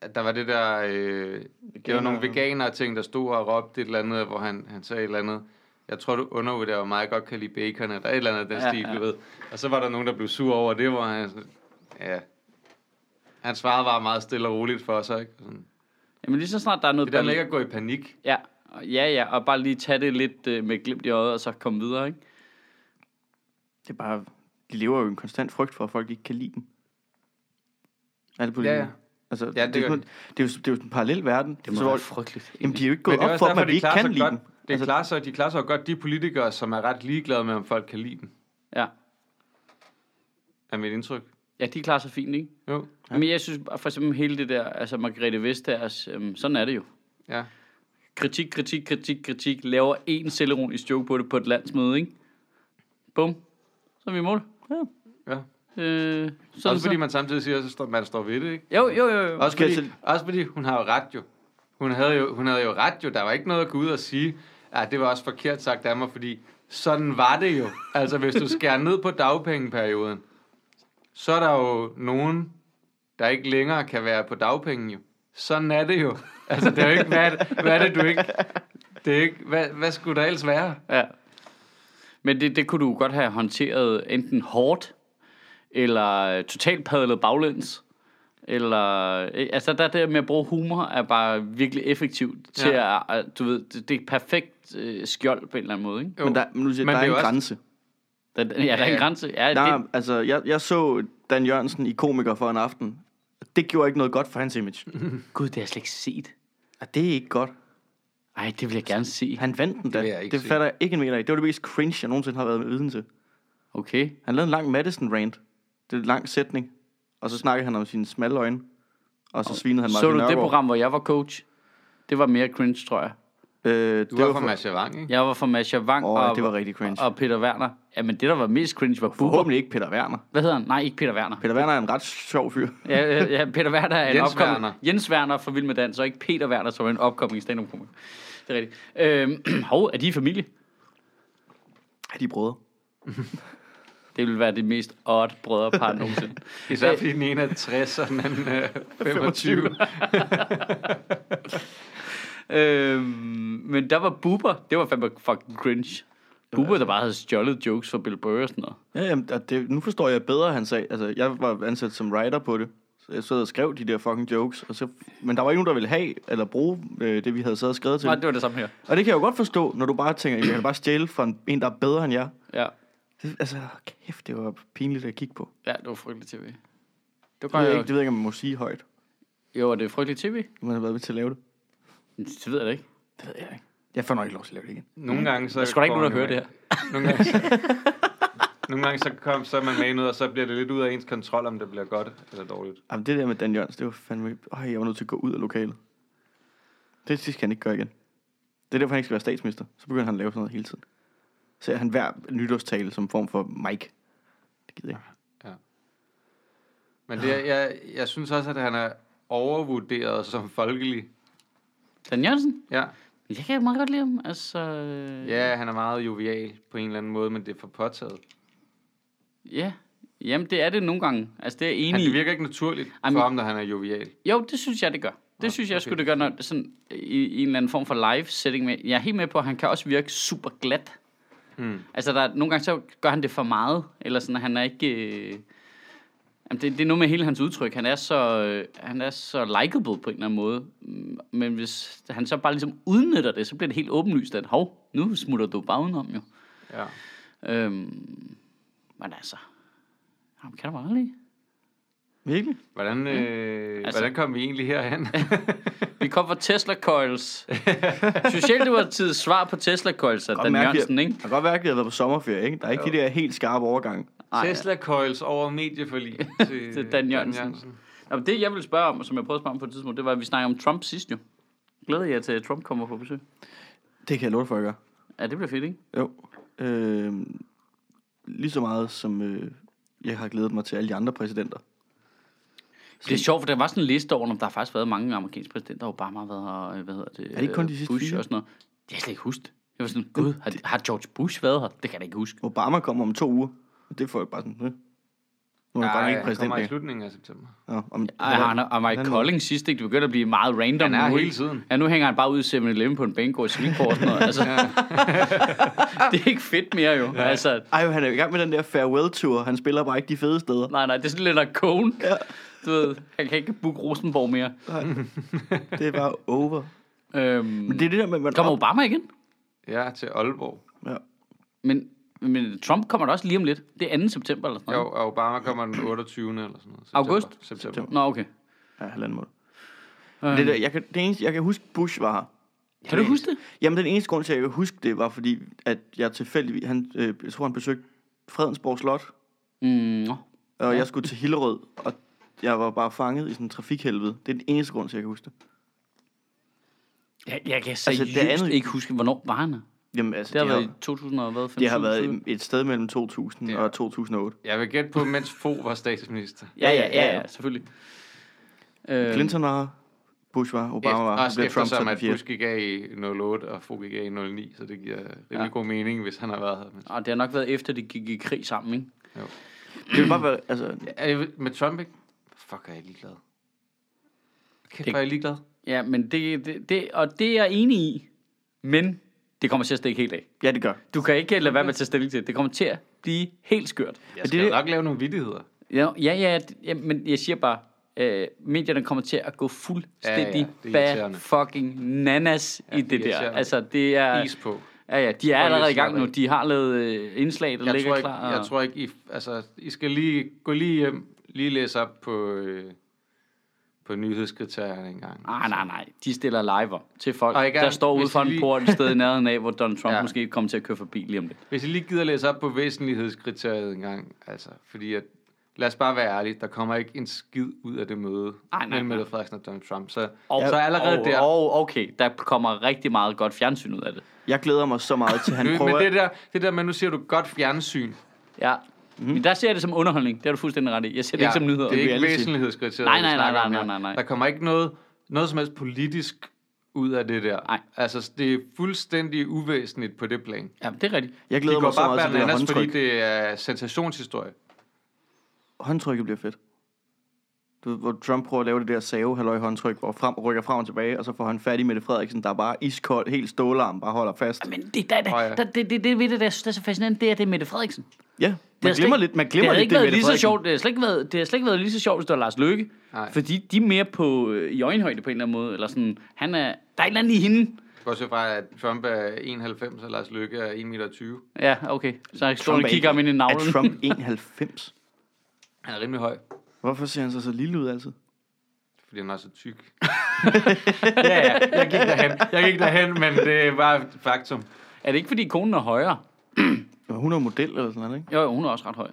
at der var det der... Øh, det var nogle veganere ting, der stod og råbte et eller andet, hvor han, han sagde et eller andet. Jeg tror, du undervurderer, hvor meget jeg godt kan lide bacon, eller et eller andet af den
Ja,
ja, stil,
ja.
du ved. Og så var der nogen, der blev sur over det, hvor han... sådan- Ja. Han svarede bare meget stille og roligt for sig, ikke? Sådan.
Jamen lige så snart der er noget...
Det der med
bal-
ikke at gå i panik.
ja, og- ja, ja, og bare lige tage det lidt øh, med glimt i øjet, og så komme videre, ikke?
Det er bare, de lever jo i en konstant frygt for, at folk ikke kan lide dem. Alle politikere.
Ja, ja.
Altså, ja, det,
det
det, er
gør
sådan, det, er jo, det er jo sådan en parallel verden. Det så, hvor,
frygteligt.
jamen, de er jo ikke
Men
gået
det er
op
også
for, dem,
derfor,
at vi
de
ikke
klarer
kan
sig
lide
godt.
dem.
Det altså, klarer sig, de klarer sig jo godt, de politikere, som er ret ligeglade med, om folk kan lide dem,
Ja.
er mit indtryk.
ja, de klarer sig fint, ikke?
Jo,
Ja. Men jeg synes bare for eksempel hele det der, altså Margrethe Vestagers, øhm, sådan er det jo.
ja.
kritik, kritik, kritik, kritik, laver en selvironisk joke på det på et landsmøde, ikke? Bum. Så er vi i mål.
ja.
Øh,
Så
sådan,
også fordi
så.
man samtidig siger, at man står ved det, ikke?
Jo, jo, jo, jo.
Også
Okay,
fordi, også fordi hun har jo ret jo. Hun havde jo, hun havde jo ret jo. Der var ikke noget at gå ud og sige, at det var også forkert sagt af mig, fordi sådan var det jo. Altså, hvis du skærer ned på dagpengeperioden, så er der jo nogen, der ikke længere kan være på dagpenge jo. Sådan er det jo. Altså, det er jo ikke, hvad, er det- hvad er det, du ikke... Det er ikke, hvad, hvad skulle der ellers være?
Ja. Men det, det kunne du godt have håndteret enten hårdt, eller øh, totalt padlet baglæns. Eller, øh, altså der det med at bruge humor er bare virkelig effektivt til ja. at, at, du ved, det, det er et perfekt øh, skjold på en eller anden måde, ikke?
Jo.
Men der, men nu
Men
siger, men
det
der er
er
en
jo også-
grænse.
Der, der, ja, der er en
Ja.
grænse. Ja,
Der,
det,
det... altså, jeg, jeg så Dan Jørgensen i Komiker for en aften. Det gjorde ikke noget godt for hans image.
gud, det har jeg slet ikke set.
Og det er ikke godt.
Ej, det vil jeg gerne se.
Han vandt den da.
vil jeg ikke
Det
se.
fatter jeg ikke en meter i. Det var det mest cringe, jeg nogensinde har været med viden til.
Okay.
Han lavede en lang Madison-rant. Det er en lang sætning. Og så snakkede han om sine smalle øjne. Og så svinede han
Så
Martin
du det
Nørgaard.
program, hvor jeg var coach? Det var mere cringe, tror jeg.
Øh,
Du var fra Masha Wang, ikke?
Jeg var fra Masha Wang
Åh,
og,
det var rigtig cringe.
og Peter Werner. Jamen, det, der var mest cringe, var Bubber.
Forhåbentlig ikke Peter Werner.
Hvad hedder han? Nej, ikke Peter Werner.
Peter Werner er en ret sjov fyr.
Ja, ja, ja, Peter Werner er en
Jens
opkommet...
Werner.
Jens Werner fra Vild Med Dans, og ikke Peter Werner, som er en opkommende stand up komiker Det er rigtigt. Øhm, hov, er de i familie?
Er de brødre?
Det ville være det mest odd brødrepar nogensinde.
Især fordi den ene er 60, og den anden er 25.
øhm, men der var Bubber. Det var fandme fucking cringe. Bubber, der bare havde stjålet jokes fra Bill Burr og sådan noget.
Ja, jamen, og det, nu forstår jeg bedre, han sagde. Altså, jeg var ansat som writer på det. Så jeg sad og skrev de der fucking jokes. Og så, men der var ikke nogen, der ville have eller bruge øh, det, vi havde siddet og skrevet til.
Nej, det var det samme her.
Og det kan jeg jo godt forstå, når du bare tænker, jeg kan bare stjæle fra en, en, der er bedre end jer.
Ja.
Det, altså, kæft, det var pinligt at kigge på.
Ja, det var frygteligt tv. Det
Det
var
ved,
jo,
jeg ikke, det ved jeg ikke, om man må sige højt.
jo, det er frygteligt tv.
Man har været med til at lave det.
Det ved jeg da ikke.
Det ved jeg ikke. Jeg får nok ikke lov til at lave det igen.
Nogle gange så...
Der skulle da ikke
går
nogen, der
man
hører det
jo
her.
af. Nogle gange, så, nogle gange så, kom, så er man med i noget, og så bliver det lidt ud af ens kontrol, om det bliver godt eller dårligt.
Jamen, det der med Dan Jørgens, det var fandme... Øj, jeg var nødt til at gå ud af lokalet. Det sidste kan han ikke gøre igen. Det er derfor, han ikke skal være statsminister. Så begynder han at lave sådan noget hele tiden. Så er han hver nytårstale som form for Mike. Det gider jeg ikke.
Men det, er- jeg, jeg synes også, at han er overvurderet som folkelig.
Dan Jørgensen?
Ja.
Jeg kan meget godt lide ham. Altså,
ja, han er meget jovial på en eller anden måde, men det er for påtaget.
ja. Jamen, det er det nogle gange. Altså, det er jeg
Han,
enig i.
det virker ikke naturligt
Ej,
for
men-
ham, når han er jovial.
Jo, det synes jeg, det gør. Det synes jeg
okay.
okay. skulle det gøre, når det sådan, i, i en eller anden form for live setting. Med. Jeg er helt med på, at han kan også virke super glat.
Mm.
Altså, der, er- nogle gange så gør han det for meget, eller sådan, at han er ikke... Øh, jamen, det, det, er noget med hele hans udtryk. Han er så, øh, han er så likable på en eller anden måde. Mm, Men hvis han så bare ligesom udnytter det, så bliver det helt åbenlyst, at hov, nu smutter du bare udenom jo.
Ja.
Øhm, men altså, ham kan du bare lide.
Virkelig?
Hvordan, øh,
Altså-
altså, hvordan kom vi egentlig herhen?
Vi kom fra Tesla Coils. Socialdemokratiets svar på Tesla Coils er Dan Jørgensen, ikke?
Jeg kan godt mærke, at jeg har været på sommerferie, ikke? Der er ikke jo. de der helt skarpe overgang.
Tesla Coils over medieforlig til,
Til Dan Jørgensen. Nå, men det, jeg ville spørge om, som jeg prøvede at spørge om på et tidspunkt, det var, at vi snakkede om Trump sidst jo. Glæder jeg til, at Trump kommer på besøg.
Det kan jeg love dig for, at gøre.
Ja, det bliver fedt, ikke?
Jo. Øh, lige så meget, som øh, jeg har glædet mig til alle de andre præsidenter.
Det er sjovt, for der var sådan en liste over, om der har faktisk været mange amerikanske præsidenter, Obama har været, og øh, hvad hedder det? Er
det ikke kun de sidste
Bush
fire?
og sådan noget. Det har jeg slet ikke husket. Jeg var sådan, gud, har, har George Bush været her? Det kan jeg da ikke huske.
Obama kommer om to uger. Og det får jeg bare sådan... Øh. Nu er han bare
Nej,
ikke
han
præsident
kommer i
længere.
slutningen af september.
Nå, om,
Ej, han og Mike Collins sidst, ikke? Det begynder at blive meget random.
Han er
nu,
hele
ikke?
tiden.
Ja, nu hænger han bare ud i 7-Eleven på en banegård i Svingborg og sådan noget. Altså, det er ikke fedt mere jo. Altså,
Ej, han er i gang med den der farewell-tour. Han spiller bare ikke de fede steder.
nej, nej, det er sådan lidt af kone.
Ja.
Du ved, han kan ikke booke Rosenborg mere.
Det er bare over.
Øhm,
Men det er det der med, at man...
Kommer Obama igen?
Ja, til Aalborg.
Ja.
Men, men Trump kommer da også lige om lidt. Det er 2. september eller sådan
Jo,
noget.
og Obama kommer den 28. eller sådan noget. September.
August?
September.
Nå, okay.
Ja, halvanden måned.
Øhm,
Men Det, der, jeg kan, det eneste, jeg kan huske, Bush var her.
kan du huske det?
Jamen, den eneste grund til, at jeg kan huske det, var fordi, at jeg tilfældigvis... Han, øh, jeg tror, han besøgte Fredensborg Slot,
Mm, nå.
og jeg skulle til Hillerød, og jeg var bare fanget i sådan en trafikhelvede. Det er den eneste grund til, at jeg kan huske det.
jeg, jeg kan
det
seriøst
andet-
ikke huske, hvornår var han her.
Jamen, altså,
Det har
det,
været i 2000 og hvad?
det har
15?
været et sted mellem 2000
Ja.
og 2008.
Jeg vil gætte på, mens Fogh var statsminister.
Ja, ja, ja, ja, selvfølgelig. Øhm,
Clinton var her, Bush var, Obama var,
Efter,
her, så
også
blev Trump så
eftersom,
den
at
fjerde.
Bush gik af i 08, og Fogh gik af i 09, så det giver rimelig ja. god mening, hvis han har været her. Men-
Og ah, det har nok været efter, de gik i krig sammen, ikke?
Det vil bare være, altså,
Er I med Trump, ikke? Fuck, er jeg ligeglad. Kæft,
Det-
hvor er jeg ligeglad.
Ja, men det, det, det og det er jeg enig i. Men det Det kommer til at stikke helt af.
Ja, det gør.
Du kan ikke lade være med at tage stilling til det. Det kommer til at blive helt skørt.
Jeg skal
det-
det... nok lave nogle vittigheder.
Ja, ja, ja, d- ja men jeg siger bare, øh, medierne kommer til at gå fuldstændig
Ja, ja, det
ja,
er
ja,
irriterende.
fucking nanas ja, i det der.
irriterende.
Altså, det er...
Is på.
Ja, ja, de er
Og
allerede i
lidt
gang nu.
slap af.
De har lavet øh, indslag, der
Jeg
ligger
tror, ikke,
klar.
jeg tror ikke, I, altså, I skal lige gå lige hjem, lige læse op på, øh, på nyhedskriterierne en gang.
Nej, Ah, nej, nej. De stiller live op til folk,
Og ikke
der
engang-
står ude
hvis
for
de
en
lige-
port et sted i nærheden af, hvor Donald Trump ja.
Ja.
måske kommer til at køre forbi lige om lidt.
Hvis I lige gider læse op på væsentlighedskriteriet en gang, altså, fordi at, lad os bare være ærlige, der kommer ikke en skid ud af det møde
nej,
mellem
nej.
Mette Frederiksen og Donald Trump, så,
Og,
så allerede
og,
der.
Og, okay, der kommer rigtig meget godt fjernsyn ud af det.
Jeg glæder mig så meget til, at han
Men
prøver...
det der, det der med, nu ser du godt fjernsyn.
Ja. Mm. Men der ser jeg det som underholdning. Det er du fuldstændig ret i. Jeg ser det
Ja,
ikke som nyheder.
Det er ikke
Reality.
væsentlighedskriteriet.
Nej,
vi
nej, nej,
snakker om
nej,
her.
nej, nej.
Der kommer ikke noget, noget som helst politisk ud af det der.
Nej.
Altså, det er fuldstændig uvæsentligt på det plan.
Ja, det er rigtigt.
Jeg
De
glæder
går
mig så
bare
meget til
blandt
det der
andet, fordi
håndtryk.
det er sensationshistorie.
Håndtrykket bliver fedt. Du ved, hvor Trump prøver at lave det der save halløj håndtryk, hvor frem, rykker frem og tilbage, og så får han fat i Mette Frederiksen, der er bare iskold, helt stålarm, bare holder fast.
Men det, der, der,
Åh, ja.
der, det, det, det ved det, der, der er så fascinerende, det er det er Mette Frederiksen.
Ja,
Det
man
har slet
glemmer
ikke-
lidt, man
det
glemmer
havde
lidt
ikke
det
været
er Mette
lige så
Frederiksen.
sjovt. Det har slet ikke været, det har slet ikke været lige så sjovt, hvis det var Lars Løkke.
Nej.
Fordi de er mere på, øh, i øjenhøjde på en eller anden måde. Eller sådan, han er, der er et eller andet i hende.
Bortset fra, at Trump er 91, og Lars Løkke er 1,20 meter.
Ja, okay. Så jeg står
Trump
og
er
kigger ham ind i
Er
navlen.
Trump 91?
Han er rimelig høj,
Hvorfor ser han så så lille ud altså? altid?
fordi han er så tyk.
ja, ja.
Jeg gik derhen, jeg gik derhen men det var et faktum.
Er det ikke, fordi konen er højere?
Nå, Hun er model eller sådan noget, ikke?
Jo, jo, hun er også ret høj.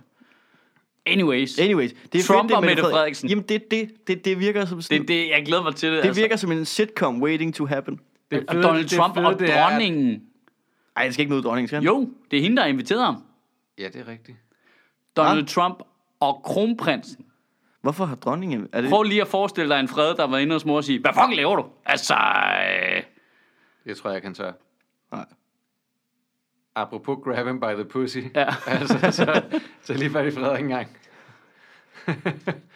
Anyways.
Anyways, det er
Trump
fedt, det er
og Mette Frederiksen.
Jamen, det, det, det, det virker som sådan...
Det, det, jeg glæder mig til det. altså.
det virker som en sitcom waiting to happen.
Det
og Donald
det
Trump
fede,
og
det er, at-
dronningen.
Ej, det skal ikke møde dronningen, skal han?
Jo, det er hende, der har inviteret ham.
Ja, det er rigtigt.
Donald Trump og kronprinsen.
Hvorfor har dronningen... Er det,
Prøv lige at forestille dig en fred, der var inde hos mor og sige, hvad fuck laver du? Altså, øh,
Det tror jeg, jeg kan tør.
Nej.
Apropos grab him by the pussy.
Ja.
altså, så, så lige fat i Frederik engang.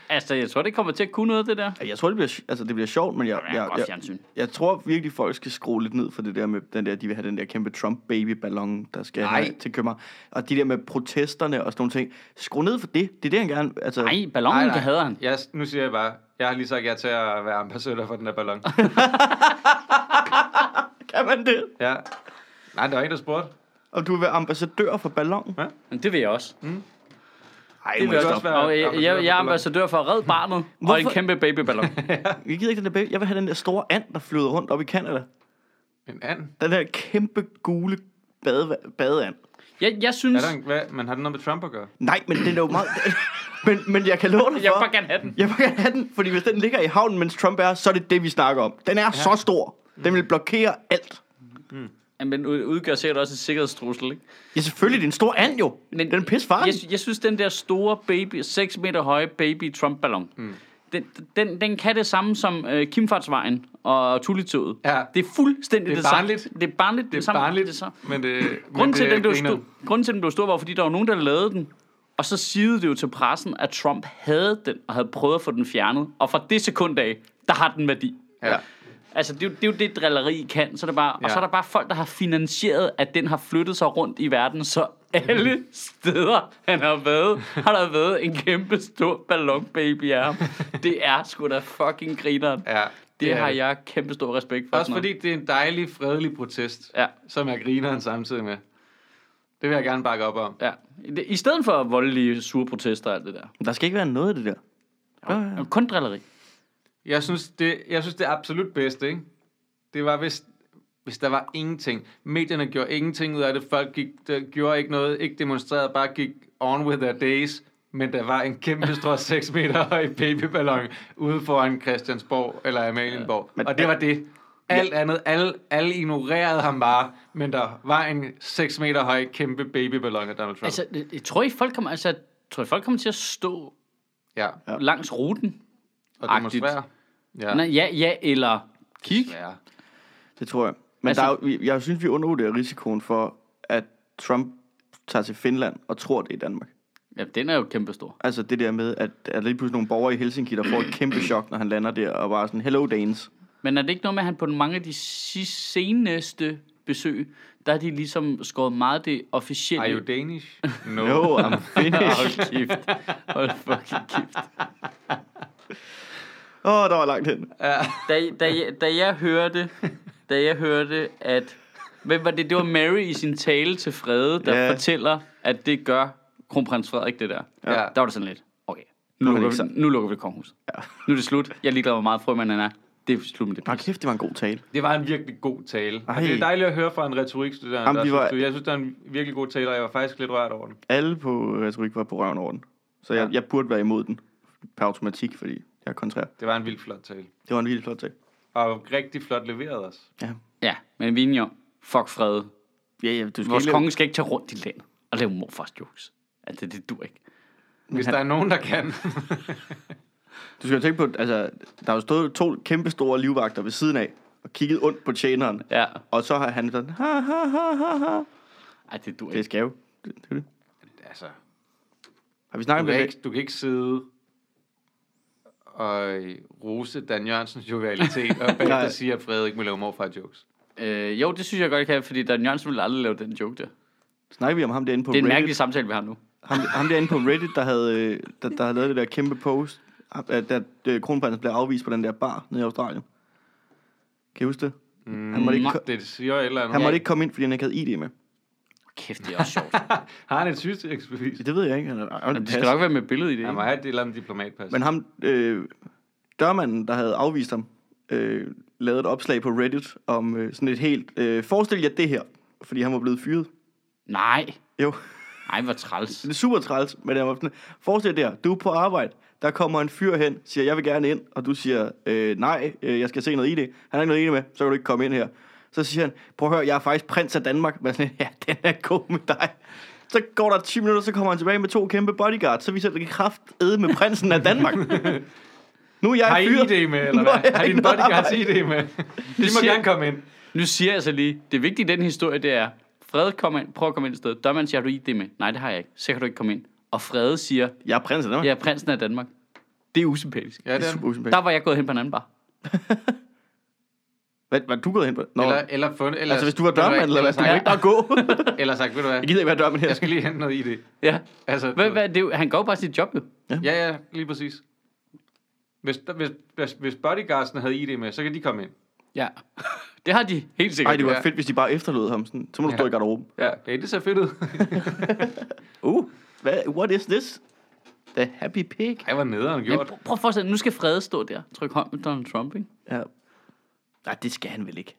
altså, jeg tror, det kommer til at kunne noget, det der.
Jeg tror, det bliver, sj- altså, det bliver sjovt, men jeg,
Ja,
jeg,
godt
jeg,
fjernsyn.
jeg tror virkelig, folk skal skrue lidt ned for det der med, den der, de vil have den der kæmpe Trump-baby-ballon, der skal
Nej.
have til København. Og de der med protesterne og sådan nogle ting. Skru ned for det. Det er det, han gerne... Altså,
Nej, ballonen, nej, nej. hader han.
Jeg, nu siger jeg bare, jeg har lige sagt ja til at være ambassadør for den der ballon.
Kan man det?
ja. Nej, der var ikke, der spurgte.
Om du vil være ambassadør for ballon?
Ja.
Men det vil jeg også. Mm.
Ej,
Det
må
vil jeg
jeg
også
stoppe.
være. Og jeg, jeg, jeg
Ambassadør for
er
ballon.
ambassadør for at redde barnet og en
Hvorfor-
kæmpe babyballon.
stoppe. Jeg gider ikke den der baby. Jeg vil have den der store and, der flyder rundt op i Kanada.
En anden.
Den der kæmpe gule bade, badeand.
Jeg, jeg
Er
synes,
der en, hvad, men har det noget med Trump at gøre?
Nej, men den er jo meget... men, men jeg kan love dig
jeg
for...
vil bare gerne have den.
Jeg vil gerne have den, fordi hvis den ligger i havnen, mens Trump er, så er det det, vi snakker om. Den er ja. så stor. Den vil blokere alt.
Ja, Men ud- udgør sikkert også en sikkerhedstrussel, ikke?
Ja, selvfølgelig, det er en stor and jo. Men, den er pisfarlig.
Jeg, jeg synes, den der store baby, 6 meter høje baby Trump-ballon, mm. den, den, den kan det samme som øh, Kimfartsvejen og Tulitoget.
Ja.
Det er fuldstændig
Det er
det, samme.
barnligt.
Det er barnligt.
Det er
samme-
barnligt,
det samme.
men det, men
Grunden til,
det
at den blev
griner.
stor, grunden til, at den blev stor, var, fordi der var nogen, der lavede den. Og så sigede det jo til pressen, at Trump havde den, og havde prøvet at få den fjernet. Og fra det sekund af, der har den værdi.
Ja.
Altså, det er, jo, det er jo det, drilleri kan. Så er det bare, ja. Og
Ja.
så er der bare folk, der har finansieret, at den har flyttet sig rundt i verden. Så alle steder, han har været, har der været en kæmpe stor ballonbaby af ham. Det er sgu da fucking grineren.
ja.
Det har jeg kæmpe stor respekt for.
Også
sådan noget.
fordi det er en dejlig, fredelig protest,
Ja.
som jeg griner samtidig med. Det vil jeg gerne bakke op om.
Ja. Det- I stedet for voldelige sure protester og alt det der.
Der skal ikke være noget af det der.
Ja. Kun drilleri.
Jeg synes, det, jeg synes, det er absolut bedste, ikke? Det var, hvis, hvis der var ingenting. Medierne gjorde ingenting ud af det. Folk gik, der gjorde ikke noget, ikke demonstrerede, bare gik on with their days. Men der var en kæmpe stor 6 meter høj babyballon ude foran Christiansborg eller Amalienborg.
Men-
og det var det. Alt andet, alle, alle ignorerede ham bare, men der var en 6 meter høj kæmpe babyballon af Donald Trump.
Altså, jeg- jeg tror I, folk kommer, altså, jeg tror I, folk kommer til at stå
ja,
ja. langs ruten?
og
agtigt.
demonstrere. Ja,
Ja, Nej, ja, ja eller kig.
desværre.
Det tror jeg. Men
Altså-
altså, der er, jo- vi- jeg synes, vi undervurderer risikoen for, at Trump tager til Finland og tror, det er Danmark.
Ja, den er jo kæmpestor.
Altså det der med, at at der lige pludselig nogle borgere i Helsinki, der får et kæmpe chok, når han lander der, og bare sådan, hello Danes.
Men er det ikke noget med, at han på mange af de sidste, seneste besøg, der er de ligesom skåret meget det officielle.
Are you Danish? No.
No, I'm finished.
Hold kæft. Hold fucking kæft.
Åh, oh, der var langt hen.
Da, da, jeg, da jeg hørte, da jeg hørte, at... Hvem var det? Det var Mary i sin tale til Frede, der
Ja.
yeah. fortæller, at det gør kronprins Frederik, det der.
Ja.
Der var det sådan lidt, okay,
Nu
nu,
er
nu,
han
lukker,
ikke
vi, nu lukker vi kongehuset. Ja. Nu er det slut. Jeg er ligeglad, hvor meget frømanden er. Det er slut med det.
Bare kæft, det var en god tale.
Det var en virkelig god tale. Og
Ej.
det er dejligt at høre fra en retorikstuderende.
Jamen,
der
vi
synes
var-
du- Jeg synes, det er en virkelig god tale, og jeg var faktisk lidt rørt over den.
Alle på retorik var på røven over den. Så jeg, jeg burde være imod den. Per automatik, fordi jeg er kontrær.
Det var en vild flot tale.
Det var en vildt flot tale.
Og rigtig flot leveret også.
Ja.
Ja, men vi er enige om, fuck Frede.
Ja, ja, du skal
Vores
ikke
konge skal ikke tage rundt i landet og lave morfars jokes. Altså, det, det dur ikke.
Hvis der er nogen, der kan.
Du skal jo tænke på, altså, der har jo stået to kæmpe store livvagter ved siden af, og kigget ondt på tjeneren.
Ja,
Og så har han sådan, ha, ha, ha, ha, ha.
Ej, det dur
Det er
ikke.
skæv. Det, det, er det.
altså,
Har vi
du,
snakket om
kan
det?
ikke, du kan ikke sidde og øh, rose Dan Jørgensens jovialitet, og
Nej.
bagefter sige, at Frederik må lave morfar jokes.
Øh, jo, det synes jeg godt, jeg kan, fordi Dan Jørgensen ville aldrig lave den joke der.
Snakker vi om ham derinde på
Det er en
Reddit?
mærkelig samtale, vi har nu.
Ham, ham derinde på Reddit, der havde, øh, der, der havde lavet det der kæmpe post, at der øh, kronprinsen blev afvist på den der bar nede i Australien. Kan I huske det? Mm, han måtte ikke, ko-
Det siger et eller andet.
han måtte ikke komme ind, fordi han ikke havde ID med.
Kæft, det er også sjovt.
Har han et sygesikringsbevis?
Det ved jeg ikke. Han, han, han,
Det skal nok være med billedet i det.
Han må
Ikke?
have et eller andet diplomatpas.
Men ham, øh, dørmanden, der havde afvist ham, øh, lavede et opslag på Reddit om øh, sådan et helt... Øh, forestil jer det her, fordi han var blevet fyret.
Nej.
Jo,
Nej, hvor træls.
det er super træls, men jeg var sådan, forestil dig det her, du er på arbejde, der kommer en fyr hen, siger, jeg vil gerne ind, og du siger, øh, nej, øh, jeg skal se noget ID. Han har ikke noget ID med, så kan du ikke komme ind her. Så siger han, prøv at høre, jeg er faktisk prins af Danmark. Men sådan, ja, den er god med dig. Så går der 10 minutter, så kommer han tilbage med to kæmpe bodyguards, så viser det kraft æde med prinsen af Danmark. nu er
har
jeg
I
fyret.
ID med, eller hvad?
jeg
Har
ikke
din
noget
bodyguards
arbejde.
ID med? De må
siger-
gerne komme ind.
Nu siger jeg så lige, det vigtige i den historie, det er, Frede, kom ind, prøv at komme ind et sted. Dørmand siger, har du ID med? Nej, det har jeg ikke. Så kan du ikke komme ind. Og Frede siger,
Jeg er prins af Danmark.
jeg er prinsen af Danmark. Det er usympatisk.
Ja,
det er
den.
super usympatisk.
Der var jeg gået hen på en anden bar.
Hvad, hvad er du gået hen på? Nå,
Eller, eller fundet, eller,
altså hvis du var dørmand, eller hvad, så kunne
eller,
du ikke bare gå.
sagt, eller sagt, ved du hvad,
jeg gider ikke være dørmand her.
jeg skal lige hente noget ID.
Ja.
Altså,
Hvad, hvad, det, er jo- han går jo bare sit job, jo.
Ja, ja, lige præcis. Hvis, der- hvis, hvis, hvis bodyguardsene havde ID med, så kan de komme ind.
Ja. Det har de helt sikkert.
Ej, det var
Ja.
fedt, hvis de bare efterlod ham. Sådan, så må du stå i garderoben.
Ja, hey, det ser fedt ud.
Uh, hvad, what is this? The happy pig.
Ej, hvor nederen
Men
gjort.
prøv, prøv at forestille dig, nu skal Frede stå der, trykke hånd med Donald Trump, ikke?
Ja. Nej, det skal han vel ikke.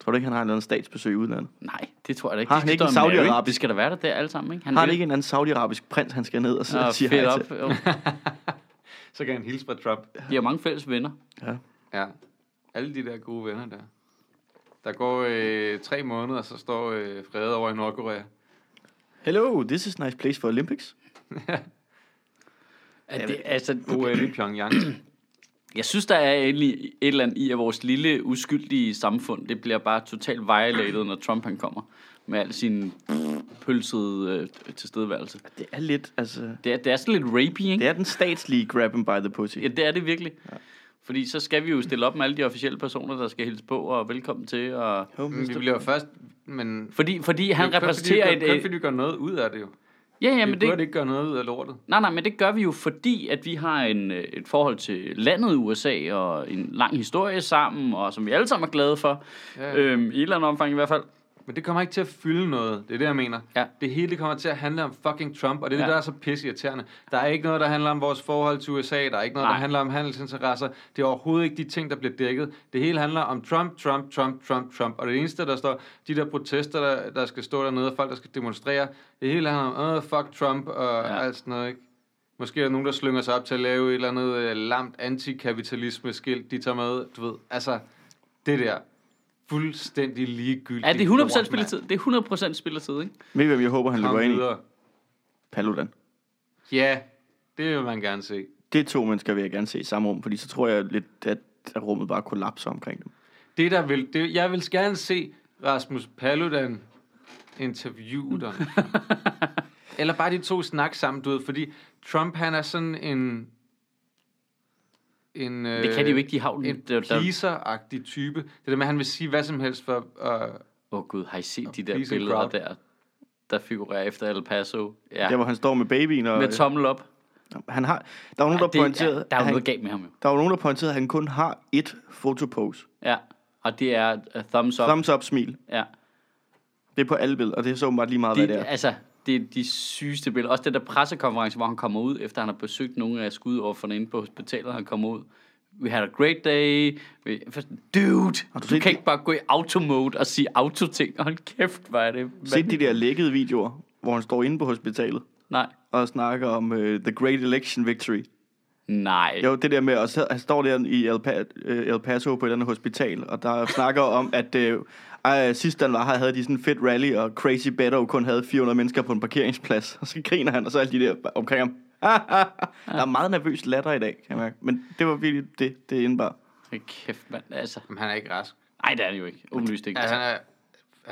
Tror du ikke, han har en eller anden statsbesøg i udlandet?
Nej, det tror jeg da ikke.
Har
De
han
skal
ikke
stå
en
og marry.
saudiarabisk-
De skal da være der, der alle sammen, ikke?
Har han
vil-
ikke en eller anden saudiarabisk prins, han skal ned og sidde
Nå,
og sige
fedt
hej
op.
til?
Jo.
Så kan han hilse på Trump.
De har mange fælles venner.
Ja.
Ja, alle de der gode venner der. Der går øh, tre måneder, så står øh, Frede over i Nordkorea.
Hello, this is a nice place for Olympics.
At det, altså,
OL i Pyongyang.
jeg synes, der er endelig et eller andet i, at vores lille, uskyldige samfund, det bliver bare totalt violated, når Trump han kommer med al sin pølsede øh, tilstedeværelse.
Det er lidt, altså...
Det er, det er sådan lidt rapey, ikke?
Det er den statslige grab 'em by the pussy.
Ja, det er det virkelig. Ja. Fordi så skal vi jo stille op med alle de officielle personer, der skal hilse på og velkommen til. Og...
Oh,
Men vi
mister-
bliver først... Men
Fordi, fordi han
Det er jo kun
repræsenterer
fordi, vi gør- Kun
et...
fordi vi gør noget ud af det jo.
Ja, ja,
Jamen, vi
men
det...
det,
burde ikke gøre noget ud af lortet.
Nej, nej, men det gør vi jo, fordi at vi har en, øh, et forhold til landet USA og en lang historie sammen, og som vi alle sammen er glade for,
Ja.
ja. øhm, i et eller andet omfang i hvert fald.
Men det kommer ikke til at fylde noget. Det er det, jeg mener.
Ja.
Det hele det kommer til at handle om fucking Trump, og det er ja.
Ja.
det, der er så pisse irriterende. Der er ikke noget, der handler om vores forhold til USA. Der er ikke noget, Nej. der
Nej.
handler om handelsinteresser. Det er overhovedet ikke de ting, der bliver dækket. Det hele handler om Trump, Trump, Trump, Trump, Trump. Og det eneste, der står, de der protester, der, der skal stå dernede, og folk, der skal demonstrere. Det hele handler om, åh, fuck Trump og ja.
Ja.
alt sådan noget, ikke? Måske er der nogen, der slynger sig op til at lave et eller andet øh, lamt antikapitalisme-skilt, de tager med. Du ved, altså, det der. Fuldstændig ligegyldigt.
Ja, det er 100%
lort, mand.
spilletid. Det er 100% spilletid, ikke?
Ved I, hvem jeg håber, han løber
Kom
ind i?
videre.
Paludan.
Ja, det vil man gerne se.
Det er to mennesker, vil jeg gerne se i samme rum, fordi så tror jeg lidt, at at rummet bare kollapser omkring dem.
Det der vil, det, jeg vil gerne se Rasmus Paludan interviewe dig. Eller bare de to snakke sammen, du ved, fordi Trump han er sådan en... en
Det kan de jo ikke, de har jo-
Øh, En
der- der-
pleaser-agtig type. Det der med, at han vil sige hvad som helst for øh, at,
Åh oh, gud, har I set de der
pleasing
billeder
crowd.
der, der figurerer efter El Paso? Ja,
Der, hvor han står med babyen, og
med tommel op.
han har... Der var nogen, der
det,
pointerede...
er, der er jo
at han,
noget galt med ham jo.
der var nogen, der pointerede, at han kun har ét fotopose.
Ja, og det er uh, thumbs up.
Thumbs up, smil.
ja.
Det er på alle billeder, og det er så meget lige meget,
De,
hvad det er.
altså, det er de sygeste billeder. Også den der pressekonference, hvor han kommer ud, efter han har besøgt nogle af skudofferne inde på hospitalet, han kommer ud. We had a great day. We- Først, Dude,
du
du,
set
kan
det?
ikke bare gå i automode og sige autoting. Hold kæft, hvor er det.
Se de der lækkede videoer, hvor han står inde på hospitalet
Nej.
og snakker om uh, The Great Election Victory.
Nej.
Jo, det der med, at han står der i El, pa- øh, El Paso på et eller andet hospital, og der snakker om, at øh, ej, sidst han var her, havde de sådan en fedt rally, og Crazy Beto kun havde 400 mennesker på en parkeringsplads. Og så griner han, og så er alle de der omkring ham. der er meget nervøs latter i dag, kan jeg mærke. Men det var virkelig det, det indebar.
Hold kæft, mand. Altså.
Jamen, han er ikke rask.
Nej, det er det jo ikke. Åbenlyst ikke.
Ja,
Altså,
han er,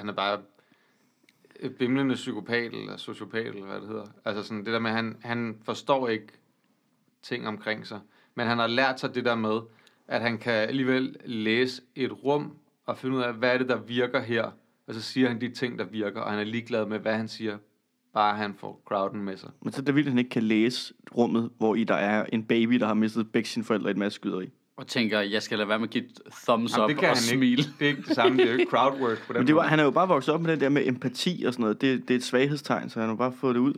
han er bare et bimlende psykopat, eller sociopat, eller hvad det hedder. Altså sådan det der med, at han, han forstår ikke ting omkring sig. Men han har lært sig det der med, at han kan alligevel læse et rum og finde ud af, hvad er det, der virker her. Og så siger han de ting, der virker, og han er ligeglad med, hvad han siger. Bare han får crowden med sig.
Men så er det vildt, at han ikke kan læse rummet, hvor i der er en baby, der har mistet begge sine forældre i et masse skyderi.
og tænker, jeg skal lade være med at give et thumbs
Jamen,
up og smile.
ikke. Det er ikke det samme. Det er jo ikke crowd work på den
Men det var,
måde.
han er jo bare vokset op med den der med empati og sådan noget. Det, det er et svaghedstegn, så han har bare fået det ud.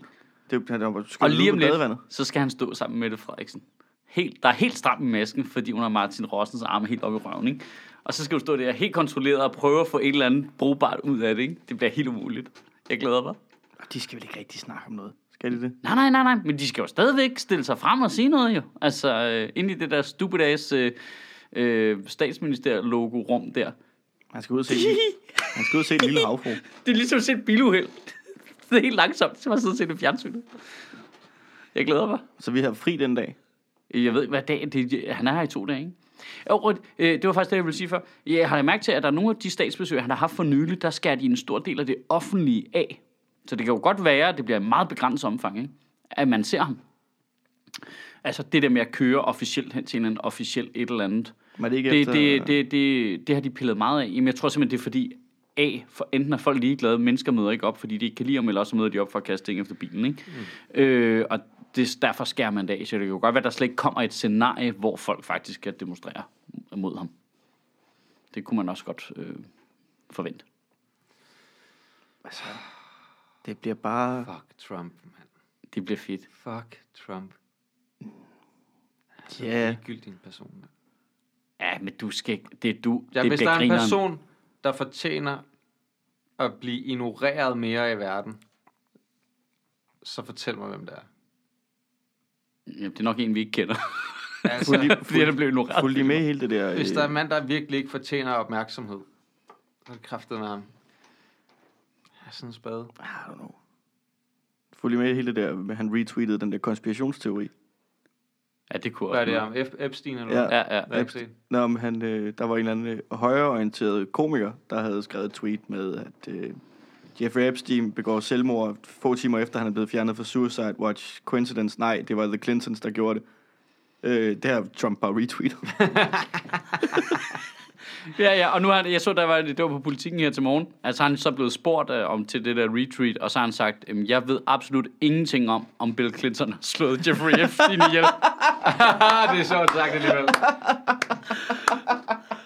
Det, er- han har bare
Og
skyllet
lige
ud
om
med
lidt,
badevandet.
så skal han stå sammen med Mette Frederiksen. Helt, der er helt stramt med masken, fordi hun har Martin Rossens arme helt op i røven, ikke? Og så skal du stå der helt kontrolleret og prøve at få et eller andet brugbart ud af det, ikke? Det bliver helt umuligt. Jeg glæder mig.
Og de skal vel ikke rigtig snakke om noget. Skal de det?
Nej, nej, nej, nej, men de skal jo stadigvæk stille sig frem og sige noget jo. Altså, øh, ind i det der stupid ass øh, øh, statsminister-logo-rum der.
Han skal ud og se, han skal ud og se en lille havfru.
Det er ligesom at se et biluheld. det er helt langsomt, så man sidder og ser det i fjernsynet. Jeg glæder mig.
Så vi har fri den dag.
Øh, Jeg ved ikke, hvad dag det er. Han er her i to dage, ikke? Jo, og, øh, det var faktisk det, jeg ville sige før. Jeg har lagt mærke til, at der er nogle af de statsbesøg, han har haft for nylig, der skærer de en stor del af det offentlige af. Så det kan jo godt være, at det bliver i meget begrænset omfang, ikke? at man ser ham. Altså det der med at køre officielt hen til en eller anden officiel et eller andet.
Men er det ikke
Det,
efter,
det, det, det, det har de pillet meget af. Jamen, jeg tror simpelthen, det er fordi, A, for enten er folk ligeglade, mennesker møder ikke op, fordi de ikke kan lide ham, eller også møder de op for at kaste ting efter bilen. Ikke? Mm. Øh, og det, derfor skærer man det af, så det kan jo godt være, der slet ikke kommer et scenarie, hvor folk faktisk kan demonstrere mod ham. Det kunne man også godt øh, forvente.
det bliver bare...
Fuck Trump, mand.
Det bliver fedt.
Fuck Trump.
Ja,
Yeah.
yeah.
Ligegyldig en person, mand.
Ja, men du skal ikke... Det er du.
Ja,
det
hvis der
bliver
er en
grineren.
person, der fortjener at blive ignoreret mere i verden, så fortæl mig, hvem det er.
Jamen, det er nok en, vi ikke kender.
Altså,
fordi der blev ignoreret.
fulgte I med i hele det der...
hvis
øh,
der er en mand, der virkelig ikke fortjener opmærksomhed, så er det kraftet med ham. Ja, sådan en spade.
I don't know. Fulgte I med i hele det der... med, Han retweetede den der konspirationsteori.
Ja, det kunne
Hvad er
også.
det
noget.
om? Ep- Epstein eller
Ja.
hvad?
Ja, ja.
Hvad har jeg ikke set?
Nå, men han, øh, der var en eller anden øh, højreorienteret komiker, der havde skrevet et tweet med, at øh, Jeffrey Epstein begår selvmord få timer efter, han er blevet fjernet fra Suicide Watch. Coincidence? Nej, det var The Clintons, der gjorde det. Øh, det har Trump bare retweetet.
Ja, ja, og nu har han, jeg så, der var, det var på politikken her til morgen. Altså, han er så blevet spurgt øh, om til det der retreat, og så har han sagt, "Øhm, jeg ved absolut ingenting om, om Bill Clinton har slået Jeffrey Epstein ihjel.
Ah, det er sjovt sagt alligevel.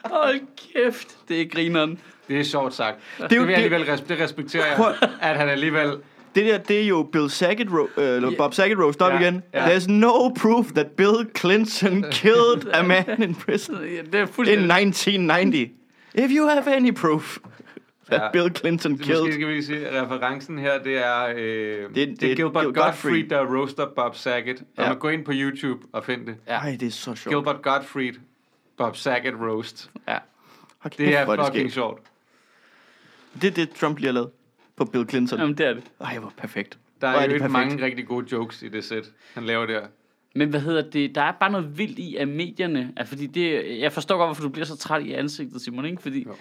Hold kæft, det er grineren.
Det er sjovt sagt. Det, er
jo
det, vil jeg
det-
alligevel res- det respekterer jeg, at han alligevel...
Det der, det er jo Bill Sackett, ro- øh, eller Bob Saget roast op
Ja,
igen.
ja.
There's no proof that Bill Clinton killed a man in prison
Ja, Det er
in
fuldstændig...
1990. If you have any proof that
Ja.
Bill Clinton
Måske
killed...
skal vi lige sige, at referencen her, det er, øh, det, det, det er
det-
Gilbert
Gil-
Gottfried,
Gottfried.
der roaster Bob Saget. Og
Ja.
man går ind på YouTube og find det.
Ja.
Ej, det er så sjovt.
Gilbert Gottfried, Bob Saget roast.
Ja.
Hold kæft,
Det
hvor
er
det
fucking
skægt.
sjovt.
Det er det, Trump lige har lavet på Bill Clinton.
Jamen, det er det.
Ej, hvor perfekt.
Der
Hvor er
er jo
det
ikke
perfekt.
mange rigtig gode jokes i det sæt, han laver der.
Men hvad hedder det? Der er bare noget vildt i af medierne. Altså, fordi det, jeg forstår godt, hvorfor du bliver så træt i ansigtet, Simon, ikke? Fordi,
Jo.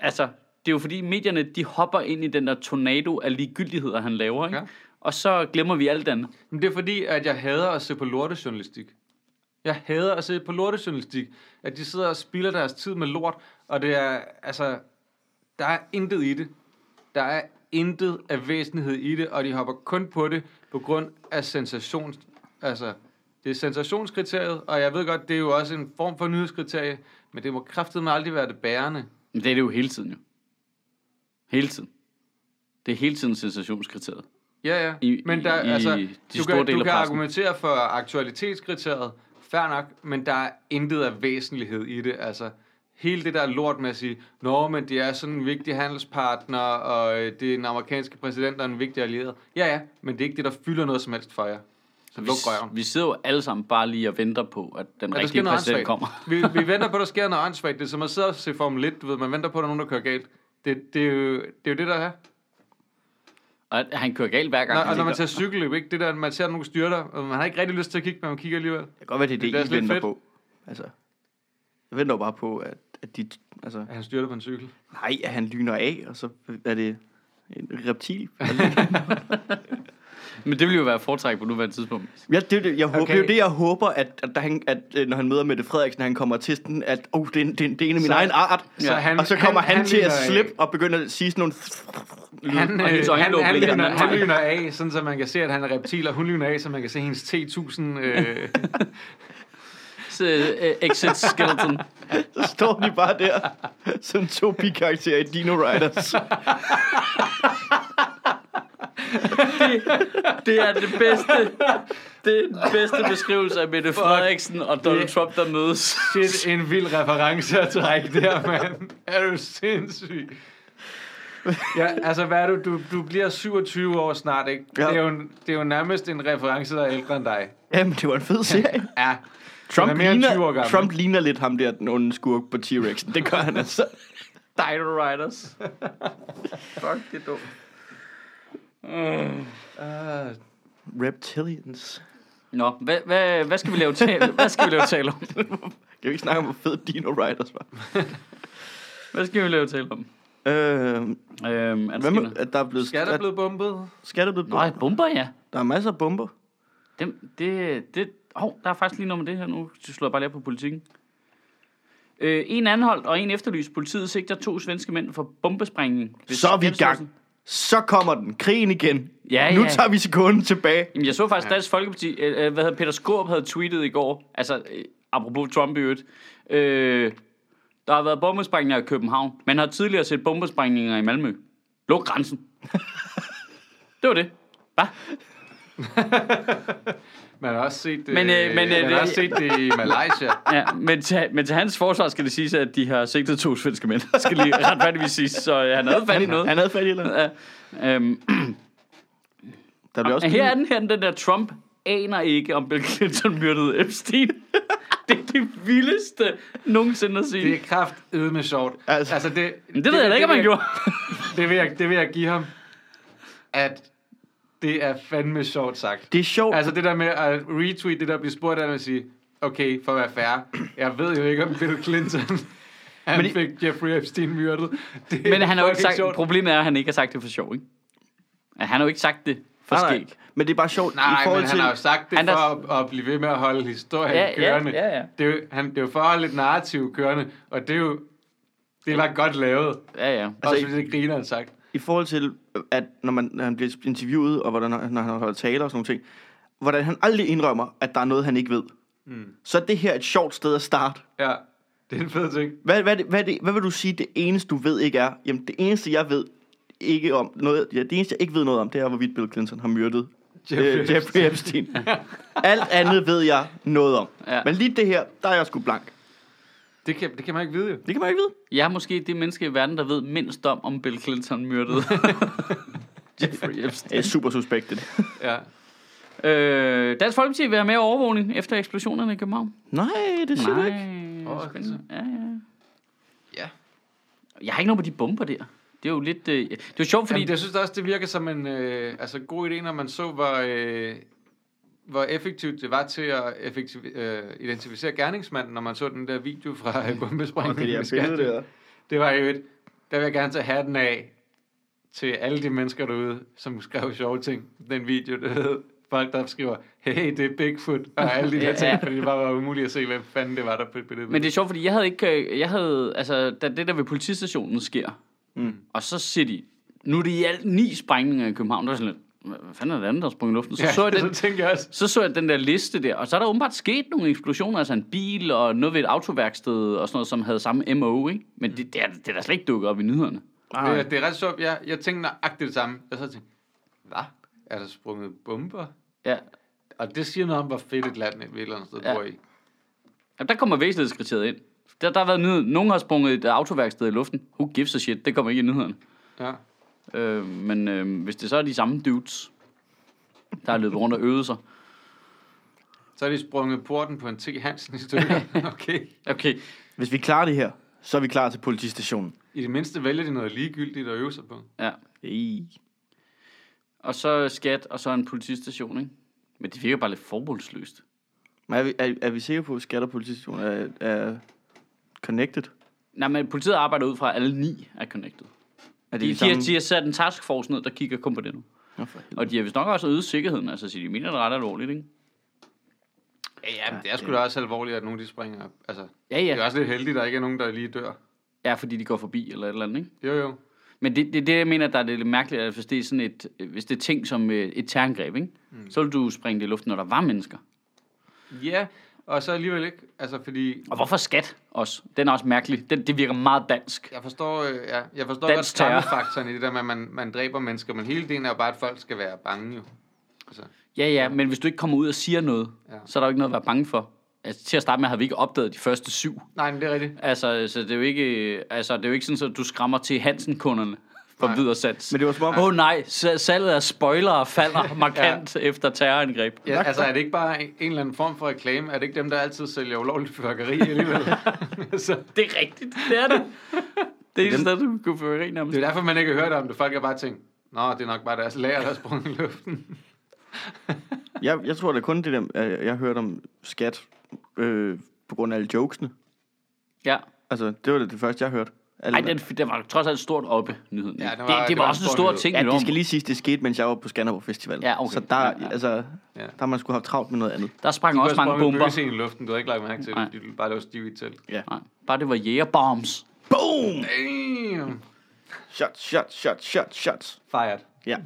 altså, det er jo fordi medierne, de hopper ind i den der tornado af ligegyldigheder, han laver, ikke?
Ja.
Ja. Og så glemmer vi alt andet.
Men det er fordi, at jeg hader at se på lortejournalistik. Jeg hader at se på lortejournalistik. At de sidder og spilder deres tid med lort, og det er, altså, Der er intet i det. Der er intet af væsenhed i det, og de hopper kun på det på grund af sensation. Altså, det er sensationskriteriet, og jeg ved godt, det er jo også en form for nyhedskriterie, men det må kraftedeme aldrig være det bærende.
Men det er det jo hele tiden jo. Hele tiden. Det er hele tiden sensationskriteriet.
Ja, ja.
I-
men der,
i- i
altså,
de
du
store
kan,
dele
du
af
kan
pressen.
argumentere for aktualitetskriteriet, fair nok, men der er intet af væsentlighed i det. Altså, hele det der lort med at sige, nå, men det er sådan en vigtig handelspartner, og øh, det er den amerikanske præsident, der er en vigtig allieret. Ja, ja, men det er ikke det, der fylder noget som helst for jer. Så
Vi,
luk røven.
vi sidder jo alle sammen bare lige og venter på, at den
Ja, der sker
rigtige
noget
præsident
åndssvagt.
kommer.
vi, vi venter på, at der sker noget åndssvagt. Det er som at sidde og se Formel 1, du ved, man venter på, at der er nogen, der kører galt. Det, det, er, jo, det er jo det, der er.
Og at han kører galt hver gang.
Når,
han
og når man
ligger.
tager cykelløb, ikke? Det der, man ser nogle styrter, og man har ikke rigtig lyst til at kigge, men man kigger alligevel.
kan godt være, det er det,
Det er
det I
også lidt
venter
fedt.
på. Altså, jeg venter jo bare på, at, at de... Altså,
At han styrter på en cykel.
nej, at han lyner af, og så er det en reptil.
Men det vil jo være foretræk på nuværende tidspunkt.
Ja, det, er det, jeg håber,
Okay.
det er jo det, jeg håber, at, at, da han, at øh, når han møder Mette Frederiksen, han kommer til sådan, at oh, det, er, en- det, er, en- det er en af min
Så-
egen art.
så han-
og så kommer han,
han-
han,
han
til at
ligner en-
slippe og begynde at sige sådan nogle...
Han, øh,
og hendes øjne
han, han,
åbner.
lyner, han lyner af, sådan så man kan se, at han er reptil, og hun lyner af, så man kan se hendes T-1000. Øh,
Så, øh, Exit skeleton.
Så står de bare der, som to bikarakterer i Dino Riders.
Det er det bedste. Det er den bedste beskrivelse af Mette Frederiksen og Donald
Det-
Trump, der mødes.
shit, en vild reference at trække der, mand. Er du sindssyg? Ja, altså hvad er du? du? Du bliver 27 år snart, ikke?
Ja.
Ja. Det, er jo, en- det er jo nærmest en reference, der er ældre end dig.
Jamen, det var en fed serie.
Ja,
Trump,
er mere end 20 år
ligner,
gammel.
Trump ligner lidt ham der, den onde skurk på T-Rexen. Det gør han altså.
Dino Riders. Fuck, det er dumt.
uh,
Reptilians.
Nå, hvad, hvad, hvad skal vi lave tale, hvad skal vi lave tale om?
Kan vi ikke snakke om, hvor fed Dino Riders var?
Hvad skal vi lave tale om?
Øh,
Øhm, er der
hvad
sket
med,
noget?
at der er blevet...
skal der
at-
blive bombet?
Skal der blevet...
Nej, bomber, ja.
Der er masser af bomber.
Dem, det, det, oh, der er faktisk lige noget med det her nu. Så slår jeg bare lige op på politikken. Øh, en anholdt og en efterlyst. Politiet sigter to svenske mænd for bombesprængning. Hvis
Så er vi i gang.
gennemførelsen-
Så kommer den. Krigen igen.
Ja,
nu
ja.
tager vi sekunden tilbage.
Jamen, jeg så faktisk Dansk Folkeparti, øh, øh, hvad hedder Peter Skorp havde tweetet i går, altså øh, apropos Trump i øvrigt, øh, der har været bombesprængninger i København. Man har tidligere set bombesprængninger i Malmø. Luk grænsen. det var det. Hva?
Man har også set,
Men,
men,
øh,
øh,
men,
man
øh,
har
det-
også set det i Malaysia.
Ja, men, til, men til hans forsvar skal det siges, at de har sigtet to svenske mænd. Skal lige retfærdigvis siges, så øh, han havde fat i noget.
Han havde fat i noget.
Ja, øhm,
Der blev også
her er den her, den der Trump aner ikke, om Bill Clinton myrdede Epstein. det er det vildeste nogensinde at sige.
Det er kraft med sjovt. Altså,
Altså-
altså det,
Men det ved jeg da ikke, om han
det vil jeg-
gjorde.
Det vil, jeg, det vil jeg give ham, at det er fandme sjovt sagt.
Det er sjovt. Altså,
Altså det der med at retweet det der, bliver spurgt af, og sige, okay, for at være fair, jeg ved jo ikke, om Bill Clinton han
Men i-
fik Jeffrey Epstein myrdet. Det
Men han har jo ikke
fucking
sagt,
sjovt.
problemet er, at han ikke har sagt det for sjov, ikke? At han har jo ikke sagt det for
nej, nej.
skæg.
Men det er bare sjovt.
Nej,
i
men
forhold
han
til,
har jo sagt det
Han er-
for at, at blive ved med at holde historien
Ja, ja,
kørende.
ja, ja.
Det, er jo, han, det er jo for at holde et narrativ kørende, og det er jo det var godt lavet.
Ja, ja.
Altså,
i-
også fordi det griner han sagt.
i forhold til, at når, man, når han bliver interviewet, og hvordan, når han holder taler og sådan noget ting, hvordan han aldrig indrømmer, at der er noget, han ikke ved. Mm. Så er det her et sjovt sted at starte.
Ja, det er en fed ting.
Hvad, hvad, er det, hvad, er det, hvad vil du sige, det eneste, du ved ikke er? Jamen, det eneste, jeg ved ikke om noget, ja, det eneste, jeg ikke ved noget om, det er, hvorvidt Bill Clinton har myrdet Jeffrey, øh, Jeffrey Epstein. Alt andet ved jeg noget om.
Ja.
Ja. Men lige det her, der er jeg sgu blank.
Det kan, det kan man ikke vide jo.
Det kan man ikke vide.
Jeg er måske det menneske i verden, der ved mindst om, om Bill Clinton myrdede Jeffrey
Det
Epstein.
er super suspektet.
Ja.
Øh, Dansk Folkeparti vil være med i overvågning efter eksplosionerne i København.
Nej, det siger du
Nej,
ikke.
spændende. Ja, ja.
Ja.
Jeg har ikke noget på de bomber der. Det er jo lidt... Øh, det er jo sjovt, fordi...
Fordi Jamen, jeg synes også, det virker som en øh, altså, god idé, når man så, hvor, øh, hvor effektivt det var til at effektiv, øh, identificere gerningsmanden, når man så den der video fra øh, bombesprængningen. i Skat. det var jo et... Der vil jeg gerne tage hatten af til alle de mennesker derude, som skrev sjove ting. Den video, der hed folk, der skriver, hey, det er Bigfoot, og alle de der ting, fordi det bare var umuligt at se, hvem fanden det var, der på det billede.
Men det er sjovt, fordi jeg havde ikke... øh, Jeg havde, altså, da det der ved politistationen sker, Mm. Og så siger de, nu er det i alt ni sprængninger i København. Der er sådan lidt, hvad hvad fanden er det andet, der sprang i luften? Så, ja, så, jeg den,
så tænker jeg også.
så så jeg den der liste der, og så er der åbenbart sket nogle eksplosioner, altså en bil og noget ved et autoværksted og sådan noget, som havde samme MO, ikke? Men det, det, er, det er da slet ikke dukket op i nyhederne.
Det, er- det er ret sjovt. Jeg, jeg tænkte nøjagtigt det samme. Jeg så tænkte, hvad? Er der sprunget bomber?
Ja.
Og det siger noget om, hvor fedt et land vi et eller andet sted
Ja.
ja. bor i.
Jamen, der kommer væsentlighedskriteriet ind. Der, der har været nyhed. Nogen har sprunget et autoværksted i luften. Who gives a shit? Det kommer ikke i nyhederne.
Ja.
Øh, men øh, hvis det så er de samme dudes, der har løbet rundt og øvet sig.
Så er de sprunget porten på en T. Hansen i stykker. Okay.
Okay,
Hvis vi klarer det her, så er vi klar til politistationen.
I det mindste vælger de noget ligegyldigt at øve sig på.
ja.
Ej.
Og så skat, og så en politistation, ikke? Men det virker bare lidt forbundsløst.
Men er vi, er, er vi sikre på, at skat og politistationen er, er connected?
Nej, men politiet arbejder ud fra, at alle ni er connected.
Er det
De,
de,
de, har, de har sat en taskforce ned, der kigger kun på det nu.
Nå, for helvede.
Og de har vist nok også øget sikkerheden. Altså, så de mener det ret alvorligt, ikke?
Ja, ja, men det er sgu da også alvorligt, at nogen de springer op. Altså,
Ja,
det er
ja.
også lidt heldigt, at der ikke er nogen, der lige dør.
Ja, fordi de går forbi eller et eller andet, ikke?
Jo, jo.
Men det, det er det, jeg mener, der er lidt mærkeligt, at hvis det er, sådan et, hvis det er ting som øh, et terrorangreb, ikke? Mm. så vil du springe det i luften, når der var mennesker.
Ja, og så alligevel ikke. Altså, fordi
Og hvorfor skat også? Den er også mærkelig. Den, det virker meget dansk.
jeg forstår, øh, ja, jeg forstår
Dansk
godt
terror.
skræmmefaktoren i det der med, at man, man dræber mennesker, men hele delen er jo bare, at folk skal være bange jo. Altså,
Ja, ja, men hvis du ikke kommer ud og siger noget, ja.
Ja.
så er der jo ikke noget at være bange for. Altså, til at starte med havde vi ikke opdaget de første syv.
nej, men det er rigtigt.
Altså, så det er jo ikke, altså, det er jo ikke sådan, at du skrammer til Hansen-kunderne på
Nej.
videresats.
Men det var som om,
Åh oh, nej, sa- salget af spoilere falder markant ja. efter terrorangreb.
Ja, altså er det ikke bare en eller anden form for reklame? Er det ikke dem, der altid sælger ulovligt fyrværkeri alligevel? så,
Det er rigtigt, det er det. Det er det sted, du kunne føre nærmest.
det er derfor, man ikke har hørt om det. Folk har bare tænkt, Nå, det er nok bare deres lager, der er sprunget i luften.
Ah.
jeg, jeg tror da kun det der, at jeg hørte om skat øh, på grund af alle jokesene.
Ja.
Altså, det var da det første, jeg hørte. Alle,
Ej, den, den var trods alt stort oppe, nyheden. Ja, det, var, det, det
det
var,
var
også
en
en
stor
stor
nyhed.
ting.
ja,
det var-
det skal lige siges, det skete, mens jeg var på Skanderborg Festival.
Ja, okay.
Så der,
Ja, ja.
Altså,
Ja.
der har man skulle have travlt med noget andet.
Der sprang
Du
også
har
mange
sprunget en
bomber.
bøsse i luften, du har ikke lagt mærke til
Nej.
det, fordi du bare lå stiv i et telt.
Nej, bare det var jægerbombs.
Boom!
Damn!
Shots, shots, shots, shots, shots.
Fired.
Ja.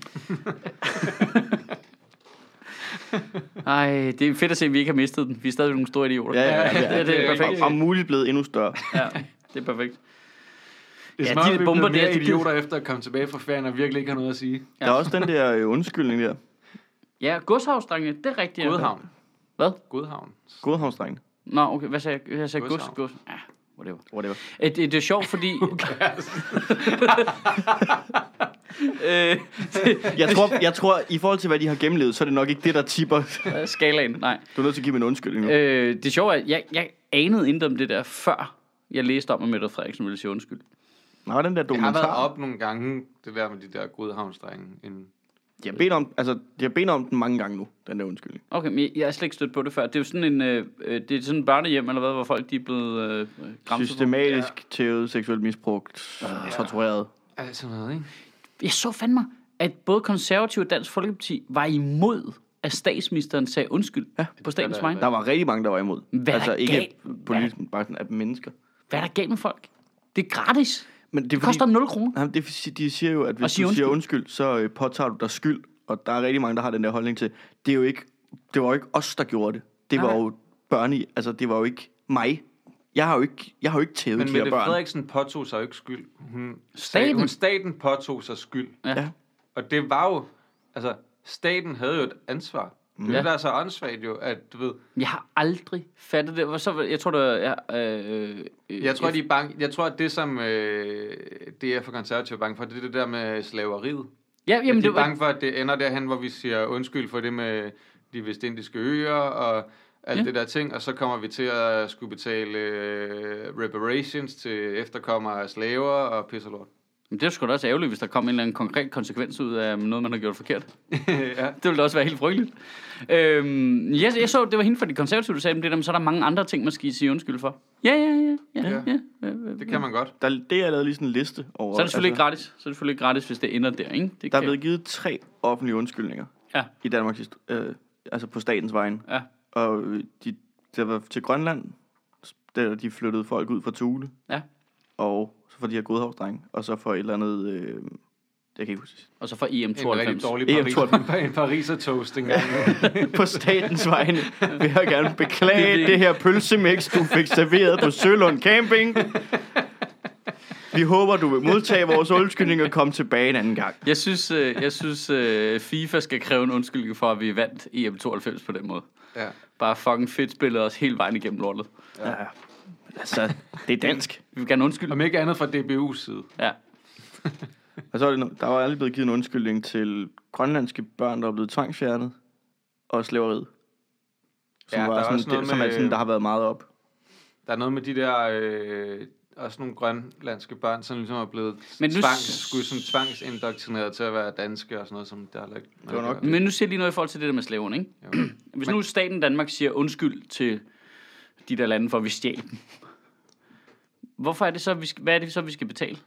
Ej, det er fedt at se, at vi ikke har mistet den. Vi er stadig nogle store idioter.
Ja, ja, ja.
det, er- det er
Ja,
perfekt.
Og, om muligt blevet endnu større.
Ja, det er perfekt.
Det
Ja,
er ja,
de
de
bomber
bomber,
der,
mere
de gider-
idioter efter at komme tilbage fra ferien og virkelig ikke har noget at sige.
Der er også den der øh, undskyldning der.
Ja, godshavsdrengene, det er rigtigt. ja.
Godhavn.
Hvad?
Godhavn.
Godhavnsdrengen.
Nå, okay, hvad sagde jeg? Jeg sagde gods,
Godshavn.
gods. Ja, whatever.
Whatever.
Øh, Det, det er sjovt, fordi... øh,
Jeg tror, jeg tror, i forhold til, hvad de har gennemlevet, så er det nok ikke det, der tipper.
Øh, skalaen, nej.
Du er nødt til at give mig en undskyldning nu.
Øh, det sjove er, at jeg, jeg anede intet om det der, før jeg læste om, at Mette Frederiksen ville sige undskyld.
Nej, den der
Jeg har
dokumentar.
været op nogle gange, det der med de der godhavnsdrenge. En...
De har bedt om, altså, de har bedt om den mange gange nu, den der undskyldning.
Okay, men jeg, jeg har slet ikke stødt på det før. Det er jo sådan en, øh, øh, det er sådan en børnehjem, eller hvad, hvor folk de er blevet øh, øh, gramset på.
Systematisk ja. tævet, seksuelt misbrugt, uh, tortureret.
Altså noget, ikke?
Jeg så fandme, at både konservative og Dansk Folkeparti var imod, at statsministeren sagde undskyld ja, på statens
der-
vejen.
Der var rigtig mange, der var imod.
Hvad er
altså
der
ikke
galt?
politisk, men bare sådan af mennesker.
Hvad er der galt med folk? Det er gratis.
Men det, er
Det koster 0 kroner.
Jamen, det, vil sige- de siger jo, at hvis
Og
du
siger
siger undskyld, undskyld så øh, påtager du dig skyld. Og der er rigtig mange, der har den der holdning til, det, er jo ikke, det var jo ikke os, der gjorde det. Det var
Nej.
jo børn i, altså det var jo ikke mig. Jeg har jo ikke, jeg har jo ikke tævet
Men
de her
Mette
børn.
Frederiksen påtog sig jo ikke skyld. Hun Sagde,
Staten.
hun, staten påtog sig skyld.
Ja.
Og det var jo, altså, staten havde jo et ansvar. Det er
Ja.
ja. der er så åndssvagt jo, at du ved,
Jeg har aldrig fattet det. Hvor Så, jeg tror, det er... Øh, øh,
jeg tror, de er bange, jeg tror, at det som øh, det er for konservative bange for, det er det der med slaveriet.
Ja, jamen,
Jamen,
det
de er
var,
bange for, at det ender derhen, hvor vi siger undskyld for det med de vestindiske øer og alt
Ja.
ja. det der ting, og så kommer vi til at skulle betale øh, reparations til efterkommere af slaver og pis og lort.
Men det er sgu da også ærgerligt, hvis der kom en eller anden konkret konsekvens ud af noget, man har gjort forkert.
ja.
Det ville da også være helt frygteligt. Øhm, jeg, jeg så, det var hende fra de konservative, der sagde, men det er dem, så er der mange andre ting, man skal sige undskyld for. Ja, ja, ja. ja, ja.
Ja.
ja, ja, ja.
Det kan altså- man godt.
Der, det er jeg lavet lige sådan en liste over. altså-
Så er det selvfølgelig ikke gratis. Så er det selvfølgelig ikke gratis, hvis det ender der, ikke? Det
Der er
kan-
blevet givet tre offentlige undskyldninger
Ja.
i Danmark, øh, altså på statens vegne.
Ja.
Og øh, de, der var til Grønland, der de flyttede folk ud fra Tule.
Ja.
og så for de her godhavsdrenge, og så for et eller andet... Øh, jeg kan ikke huske.
Og så fra
En rigtig
EM92.
dårlig
EM92.
Paris, en Pariser toast engang.
På statens vegne vil jeg gerne beklage
Det er
det,
det.
det her pølsemix, du fik serveret på Sølund Camping. Vi håber, du vil modtage vores undskyldning og komme tilbage en anden gang.
Jeg synes, øh, jeg synes øh, FIFA skal kræve en undskyldning for, at vi vandt EM92 på den måde.
ja.
Bare fucking fedt spillet os hele vejen igennem lortet.
Ja. Altså, det er dansk.
Vi vil gerne undskylde.
Om ikke andet fra DBU's side.
Ja.
Og så er det, no- der var aldrig blevet givet en undskyldning til grønlandske børn, der er blevet tvangsfjernet, og slaveriet. Som,
Ja,
ja,
der er
var sådan,
også
det,
noget
som er
med-
sådan, der har været meget op.
Der er noget med de der... Øh, også nogle grønlandske børn, som ligesom er blevet
Men
Men
nu
tvang,
s-
skulle sådan tvangsindoktrineret til at være danske og sådan noget, som der er lagt.
Det var nok-
Men nu siger jeg lige noget i forhold til det der med slaverne, ikke?
Jo.
Hvis nu staten Danmark siger undskyld til de der lande for, at vi stjal dem. Hvorfor er det så, vi skal, hvad er det så, vi skal betale?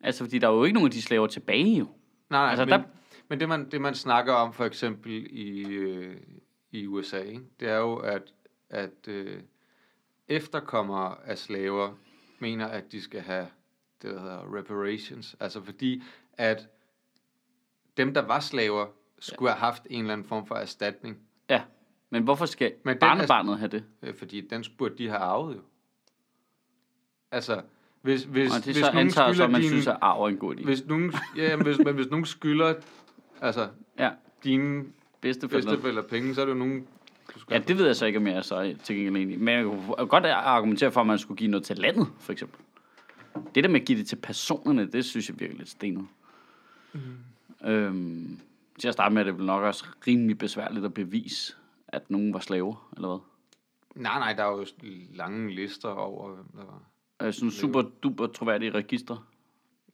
Altså, fordi der er jo ikke nogen af de slaver tilbage, jo.
Nej, nej
Altså,
altså, men,
der-
der... men det, man, det man snakker om for eksempel i, øh, i USA, ikke? det er jo, at, at øh, efterkommere af slaver mener, at de skal have det, der hedder reparations. Altså fordi, at dem, der var slaver, skulle have haft en eller anden form for erstatning.
Ja, men hvorfor skal
Men
men
den-
barnebarnet have det?
Øh, fordi den burde de have arvet jo. Altså, hvis, hvis,
Og det
hvis
så
nogen
antager jeg så,
skylder
at man
din,
synes, at arv er en god idé.
hvis nogen, ja, jamen, hvis, men hvis nogen skylder altså,
Ja,
dine
bedsteforældre.
bedsteforældre penge, så er det jo nogen, du skal
Ja, det ved jeg så ikke, om jeg er så til gengæld enig. i. Men jeg kunne godt argumentere for, at man skulle give noget til landet, for eksempel. Det der med at give det til personerne, det synes jeg virkelig er lidt stenet. Mm. Øhm, til at starte med, er det vel nok også rimelig besværligt at bevise, at nogen var slaver, eller hvad?
Nej, nej, der er jo lange lister over, hvem der var.
Øh, sådan super duper troværdige register,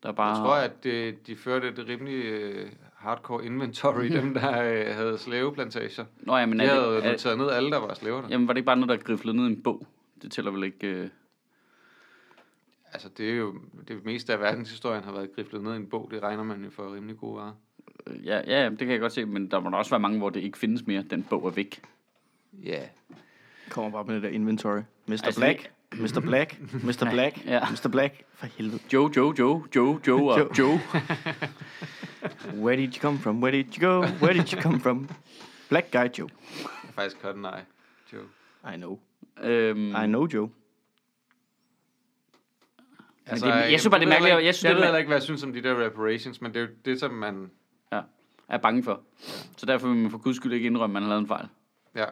der bare...
Jeg tror, at det, de førte et rimelig øh, hardcore inventory, dem der øh, havde slaveplantager.
Nå ja, men
De
er
havde
det,
jo
er,
noteret ned alle, der var slaver der.
jamen, var det ikke bare noget, der griflede ned i en bog? Det tæller vel ikke... Øh...
Altså, det er jo det meste af verdenshistorien har været griflet ned i en bog. Det regner man jo for rimelig gode varer.
øh, Ja, ja, ja, det kan jeg godt se, men der må da også være mange, hvor det ikke findes mere. Den bog er væk.
Ja. Yeah.
Kommer bare med det der inventory. Mr.
Altså,
Altså, Black, Mr. Black, Mr. Black,
Ja.
Mr. Black. For helvede.
Joe, Joe, Joe, Joe, Joe og
Joe.
Joe.
Where did you come from? Where did you go? Where did you come from? Black guy Joe.
Jeg er faktisk cut nej, Joe.
I know.
Øhm,
I know Joe.
det- jeg synes bare, det er mærkeligt, og
Jeg,
jeg
jeg,
synes, det er
jeg Altså, ved
mær-
heller ikke, hvad jeg synes om de der reparations, men det er jo det, som man...
ja, er bange for. Så derfor vil man for guds skyld ikke indrømme, at man har lavet en fejl.
Ja,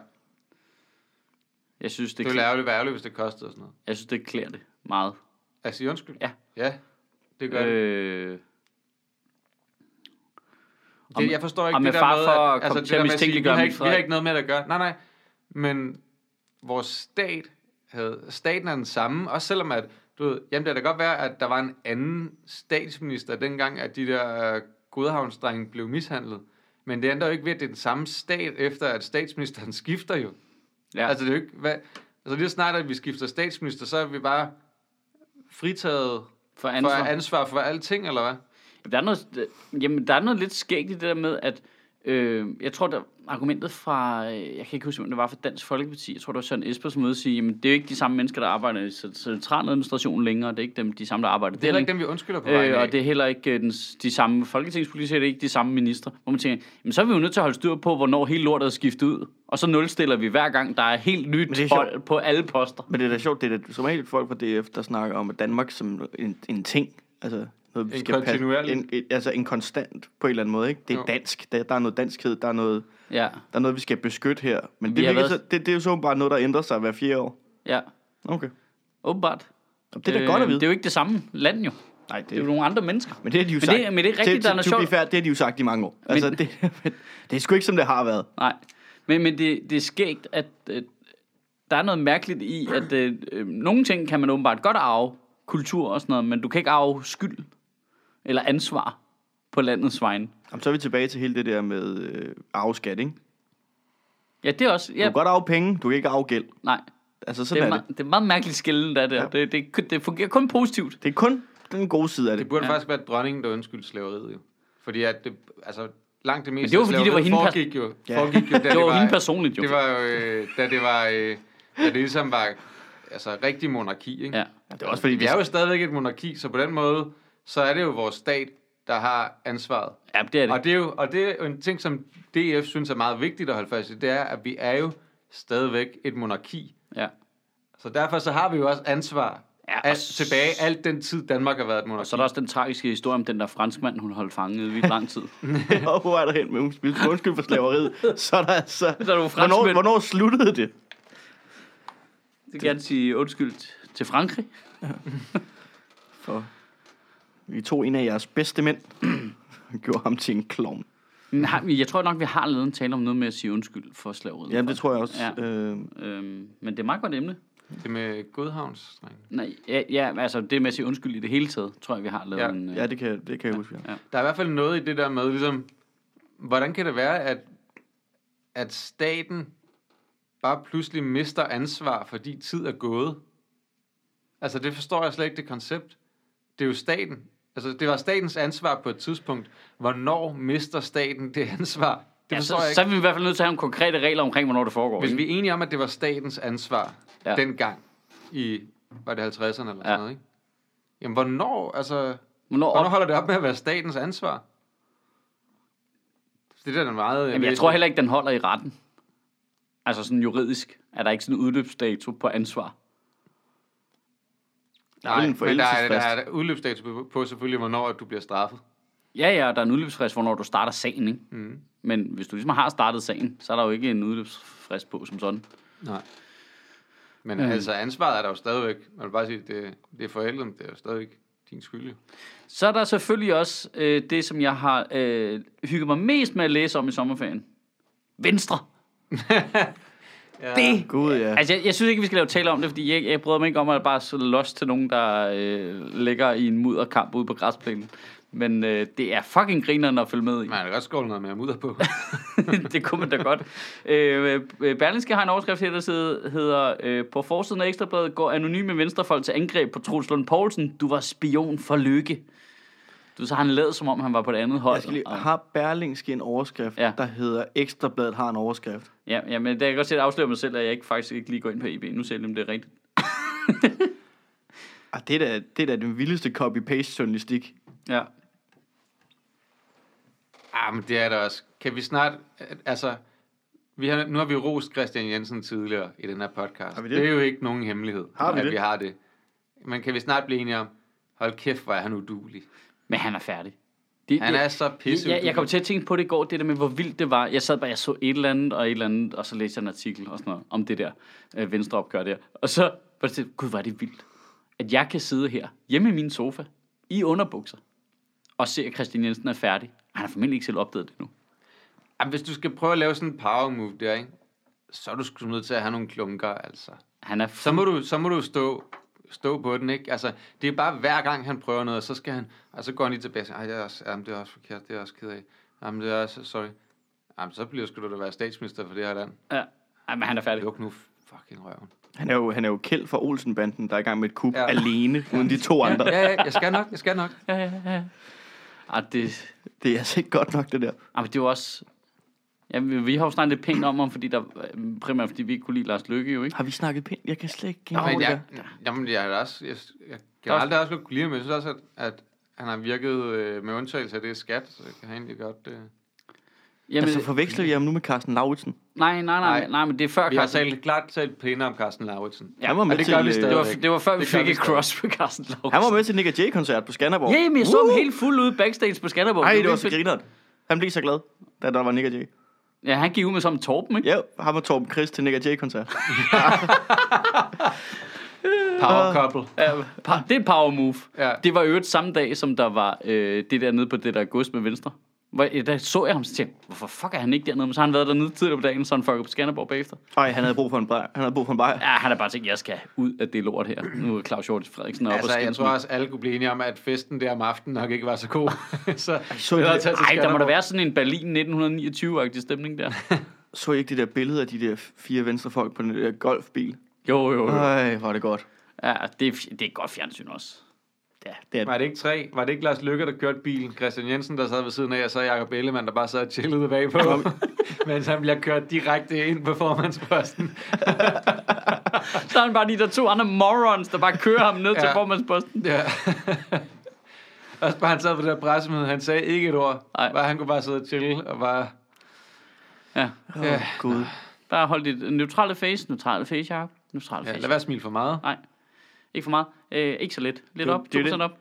Jeg synes, det,
det ville
klæder,
ærgerligt være ærgerligt, hvis det kostede og sådan noget.
jeg synes, det klæder det meget.
Altså, i undskyld?
Ja.
Ja, det gør øh, det.
Øh, og
det.
med-
Jeg forstår ikke
og med
det der
far
med,
for at
at-
komme
altså,
til
det der
at
med at sige, vi
mistænkeliggøre
har,
min
ikke, vi har
Frederik.
ikke noget med det at gøre. Nej, nej, men vores stat havde, staten er den samme, også selvom at, du ved, jamen det kan da godt være, at der var en anden statsminister dengang, at de der øh, godhavnsdrenge blev mishandlet. Men det ændrer jo ikke ved, at det er den samme stat, efter at statsministeren skifter jo.
Ja.
Ja. Altså, det er jo ikke... Hvad, altså, lige så snart, at vi skifter statsminister, så er vi bare fritaget
for
ansvar.
ansvar.
for ansvar for alting, eller hvad?
Der er noget, øh, jamen, der er noget lidt skægt i det der med, at øh, jeg tror, der argumentet fra, øh, jeg kan ikke huske, hvem det var fra Dansk Folkeparti, jeg tror, det var Søren Esper, som ude at sige, jamen, det er jo ikke de samme mennesker, der arbejder i cent- centraladministrationen længere, det er ikke dem, de samme, der arbejder
Det er
der
heller ikke
længere.
dem, vi undskylder på vegne
Øh,
af.
og det er heller ikke øh, den, de samme folketingspolitikere, det er ikke de samme ministre. Hvor man tænker, jamen, så er vi jo nødt til at holde styr på, hvornår hele lortet er skiftet ud. Og så nulstiller vi hver gang, der er helt nyt
det er sjovt.
hold på alle poster.
Men det er da sjovt, det er da som regel folk fra DF, der snakker om at Danmark som en, en ting. Altså, noget, vi
En
skal passe-
kontinuerlig.
En, en, altså en konstant på en eller anden måde. Ikke? Det er
Jo.
dansk. Der, der er noget danskhed. Der er noget,
Ja,
der er noget, vi skal beskytte her. Men
Vi
det,
har
virker,
været-
så, det, det er jo så bare noget, der ændrer sig hver fjerde år.
ja.
Okay.
Åbenbart. Øh,
Jamen, Det er da godt at vide.
Det er jo ikke det samme land jo.
Nej,
Det er jo nogle andre mennesker.
Men det har de jo
det-
sagt.
men det er rigtigt,
til,
der er noget
til, to be
sjovt.
fair, det har de jo sagt i mange år. Altså,
Men-
det, det er sgu ikke, som det har været.
Nej, men, men det, det er skægt, at øh, der er noget mærkeligt i, at øh, øh, nogle ting kan man åbenbart godt arve, kultur og sådan noget, men du kan ikke arve skyld eller ansvar på landets vegne.
Jamen, så er vi tilbage til hele det der med øh, arveskat, ikke? Du
Ja, det er også... Ja,
kan godt arve penge, du kan ikke arve gæld.
nej,
Altså,
det
sådan
er,
det er,
me-
det.
det er meget mærkeligt skille, der er der.
Ja.
Det, det, det fungerer kun positivt.
Det er kun den gode side af det.
Det burde
Ja.
ja. faktisk være dronningen, der undskyldte slaveriet, jo. Fordi at det, altså, langt det meste
det var, fordi det var
slaveriet
hende pers-
foregik jo,
Ja.
foregik jo, da
Det var jo
var,
hende personligt jo.
Det var jo, øh, da det var, øh, da det ligesom var altså rigtig monarki, ikke?
Ja.
Det er også fordi,
Vi er jo stadigvæk et monarki, så på den måde, så er det jo vores stat, der har ansvaret.
ja, det er det.
Og det er jo og det er jo en ting, som DF synes er meget vigtigt at holde fast i, det er, at vi er jo stadigvæk et monarki.
Ja.
Så derfor så har vi jo også ansvar
Ja,
ja,
og
alt,
s-
tilbage, alt den tid, Danmark har været et monarki.
Så er der også den tragiske historie om den der franskmand, hun holdt fanget i vildt lang tid.
og på vej derhen med undskyld, undskyld for slaveriet, så er der altså...
der jo
hvornår,
franskmænd.
hvornår sluttede det?
Det kan gerne sige undskyld t- til Frankrig.
For vi tog en af jeres bedste mænd og gjorde ham til en klovn.
Men har, vi- jeg tror nok, vi har lavet en tale om noget med at sige undskyld for slaveriet.
Jamen, det tror jeg også.
Ja.
Ja. Øh,
Øhm, men det er et meget godt emne.
Det med Godhavns, drenge.
Nej, ja, ja, altså det med at sige undskyld i det hele taget, tror jeg, vi har lavet
Ja.
en... øh,
ja, det kan, det kan jeg huske. Ja.
Der er i hvert fald noget i det der med, ligesom, hvordan kan det være, at, at staten bare pludselig mister ansvar, fordi tid er gået? Altså, det forstår jeg slet ikke, det koncept. Det er jo staten. Altså, det var statens ansvar på et tidspunkt. Hvornår mister staten det ansvar? Det
ja, så,
forstår jeg
så
ikke.
er vi i hvert fald nødt til at have nogle konkrete regler omkring, hvornår det foregår.
Hvis
ikke?
vi er enige om, at det var statens ansvar
Ja.
ja. dengang i, var det 50'erne eller sådan
Ja.
noget, ikke? Jamen, hvornår, altså,
Hvornår,
Hvornår holder det op med at være statens ansvar? Det der er da meget...
Jamen, jeg tror heller ikke, den holder i retten. Altså sådan juridisk. Er der ikke sådan en udløbsdato på ansvar?
Der er
Nej,
en
men der er, der
forældelsesfrist.
er et udløbsdato på, på selvfølgelig, hvornår at du bliver straffet.
Ja, ja, der er en udløbsfrist, hvornår du starter sagen, ikke?
Mm.
Men hvis du ligesom har startet sagen, så er der jo ikke en udløbsfrist på som sådan.
Nej. Men
Øhm.
mm. altså, ansvaret er der jo stadigvæk. Man vil bare sige, det, det er forældre, men det er jo stadigvæk din skyld. jo.
Så er der selvfølgelig også øh, det, som jeg har øh, hygget mig mest med at læse om i sommerferien. Venstre.
Ja.
Det
Gud, ja.
Altså, jeg, jeg synes ikke, vi skal lave tale om det, fordi jeg, jeg bryder mig ikke om at bare så los til nogen, der øh, ligger i en mudderkamp ude på græsplænen. Men øh, det er fucking grinerne at følge med i.
Man kan godt skåle noget mere mudder på.
det kunne man da godt. Øh, øh, Berlingske har en overskrift her, der sidder- hedder, øh, på forsiden af Ekstrabladet går anonyme venstrefolk til angreb på Troels Lund Poulsen. Du var spion for lykke. Du, så har han lavet, som om han var på det andet hold.
Jeg skal lige,
Altså, Og-
har Berlingske en overskrift,
Ja.
ja. der hedder Ekstrabladet har en overskrift?
Ja, ja, men der kan jeg godt se, at afsløre mig selv, at jeg ikke faktisk ikke lige går ind på EB nu, selvom det er rigtigt.
Ah, det, er da, det er da den vildeste copy-paste journalistik.
Ja.
ah, men det er der også. Kan vi snart... Altså, vi har, nu har vi rost Christian Jensen tidligere i den her podcast.
Har vi det?
det? er jo ikke nogen hemmelighed,
Har vi
at
det?
vi har det. Men kan vi snart blive enige om, hold kæft, hvor er han udulig.
Men han er færdig. Det,
Han
det-
er så pisse.
Jeg, jeg kom til at tænke på det i går, det der med, hvor vildt det var. Jeg sad bare, jeg så et eller andet og et eller andet, og så læste jeg en artikel og sådan noget, om det der øh, venstreopgør der. Og så var det sådan, gud, var det vildt, at jeg kan sidde her hjemme i min sofa, i underbukser, og se, at Christian Jensen er færdig. Han har formentlig ikke selv opdaget det nu.
Jamen, hvis du skal prøve at lave sådan en power move der, ikke? så er du sgu nødt til at have nogle klunker, altså.
Han er
Så må du, så må du stå, stå på den, ikke? Altså, det er bare hver gang, han prøver noget, og så skal han, og så går han lige tilbage og siger, Ej, det er også, jamen, det er også forkert, det er jeg også ked af. Jamen, det er også, sorry. Jamen, så bliver sgu du da være statsminister for det her land.
ja, øh, ej, men han er færdig.
Luk nu fucking røven.
Han er jo, han er jo kæld for Olsenbanden, der er i gang med et kub ja.
Ja.
alene, uden de to andre.
Ja, ja, jeg skal nok, jeg skal nok.
Ja, ja, ja. Ej, det,
Det er altså ikke godt nok, det der.
ej, men det var også... Ja, vi, vi har jo snakket lidt pænt om ham, fordi der, øh, primært fordi vi ikke kunne lide Lars Løkke jo, ikke?
Altså
Har vi snakket pænt? Jeg kan slet ikke
Nå,
gennem
men
det.
jeg, jamen, jeg er da også, jeg, jeg kan
også-
aldrig også lukke lige, men jeg synes også, at, at han har virket øh, med undtagelse af det skat, så kan han egentlig godt... Øh,
Jamen,
Altså, forveksler vi ham nu med Carsten Lauritsen?
nej, nej, nej, nej,
Nej.
men det er før
Vi har
Carsten-
talt, klart talt pæne om Carsten Lauritsen.
Ja,
han var
og
med
det
til,
gør vi
øh,
stadig.
Det var,
Stadigvæk.
det var før vi
Det gør
fik
vi
et cross på Carsten Lauritsen.
Han var med til Nick Jay-koncert på Skanderborg.
Ja, men jeg så ham
Woo!
helt fuld ude backstage på Skanderborg.
Ej, det var
vildt
så
fedt.
grineren. Han blev så glad, da der var Nick Jay.
Ja, han gik ud med som Torben, ikke?
Ja, ham og Torben Chris til Nick Jay-koncert.
Power couple.
Ja. pa- Det er power move.
Ja.
Det var i øvrigt samme dag, som der var øh, det der nede på det der gods med Venstre. Hvor, ja, der så jeg ham, så tænkte jeg, hvorfor fuck er han ikke dernede? Men så har han været dernede tidligere på dagen, så han fucker på Skanderborg bagefter.
Ej, han havde brug for en bajer. Han havde brug for en bajer.
Ja, han har bare tænkt, jeg skal ud af det lort her. Nu er Claus Hjort Frederiksen oppe
Altså,
og
jeg tror også, alle kunne blive enige om, at festen der om aftenen nok ikke var så god. så
så
hellere
det-
tage til
Nej, der må
Skanderborg.
da være sådan en Berlin 1929-agtig stemning der.
Så I ikke det der billede af de der fire venstrefolk på den der golfbil?
Jo, jo, jo.
Ej, hvor er det godt.
Ja, det, er f- det er godt fjernsyn også.
Ja, det er det.
Var det ikke tre? Var det ikke Lars Lykke, der kørte bilen? Christian Jensen, der sad ved siden af, og så Jacob Ellemann, der bare sad og chillede bagpå, mens han bliver kørt direkte ind på formandsposten.
Så er han bare de der to andre morons, der bare kører ham ned ja. til
Ja.
formandsposten.
Ja. Også bare han sad på det der pressemøde, han sagde ikke et ord.
Nej.
Bare, han kunne bare sidde og chille og bare...
Ja.
Ja.
Gud.
Bare hold dit neutrale face, neutrale face, Jacob. Neutrale
Ja,
face.
lad være at smile for meget.
Nej, ikke for meget. Øh, ikke så lidt. Lidt
Det-
op,
det er jo
2%
det.
op.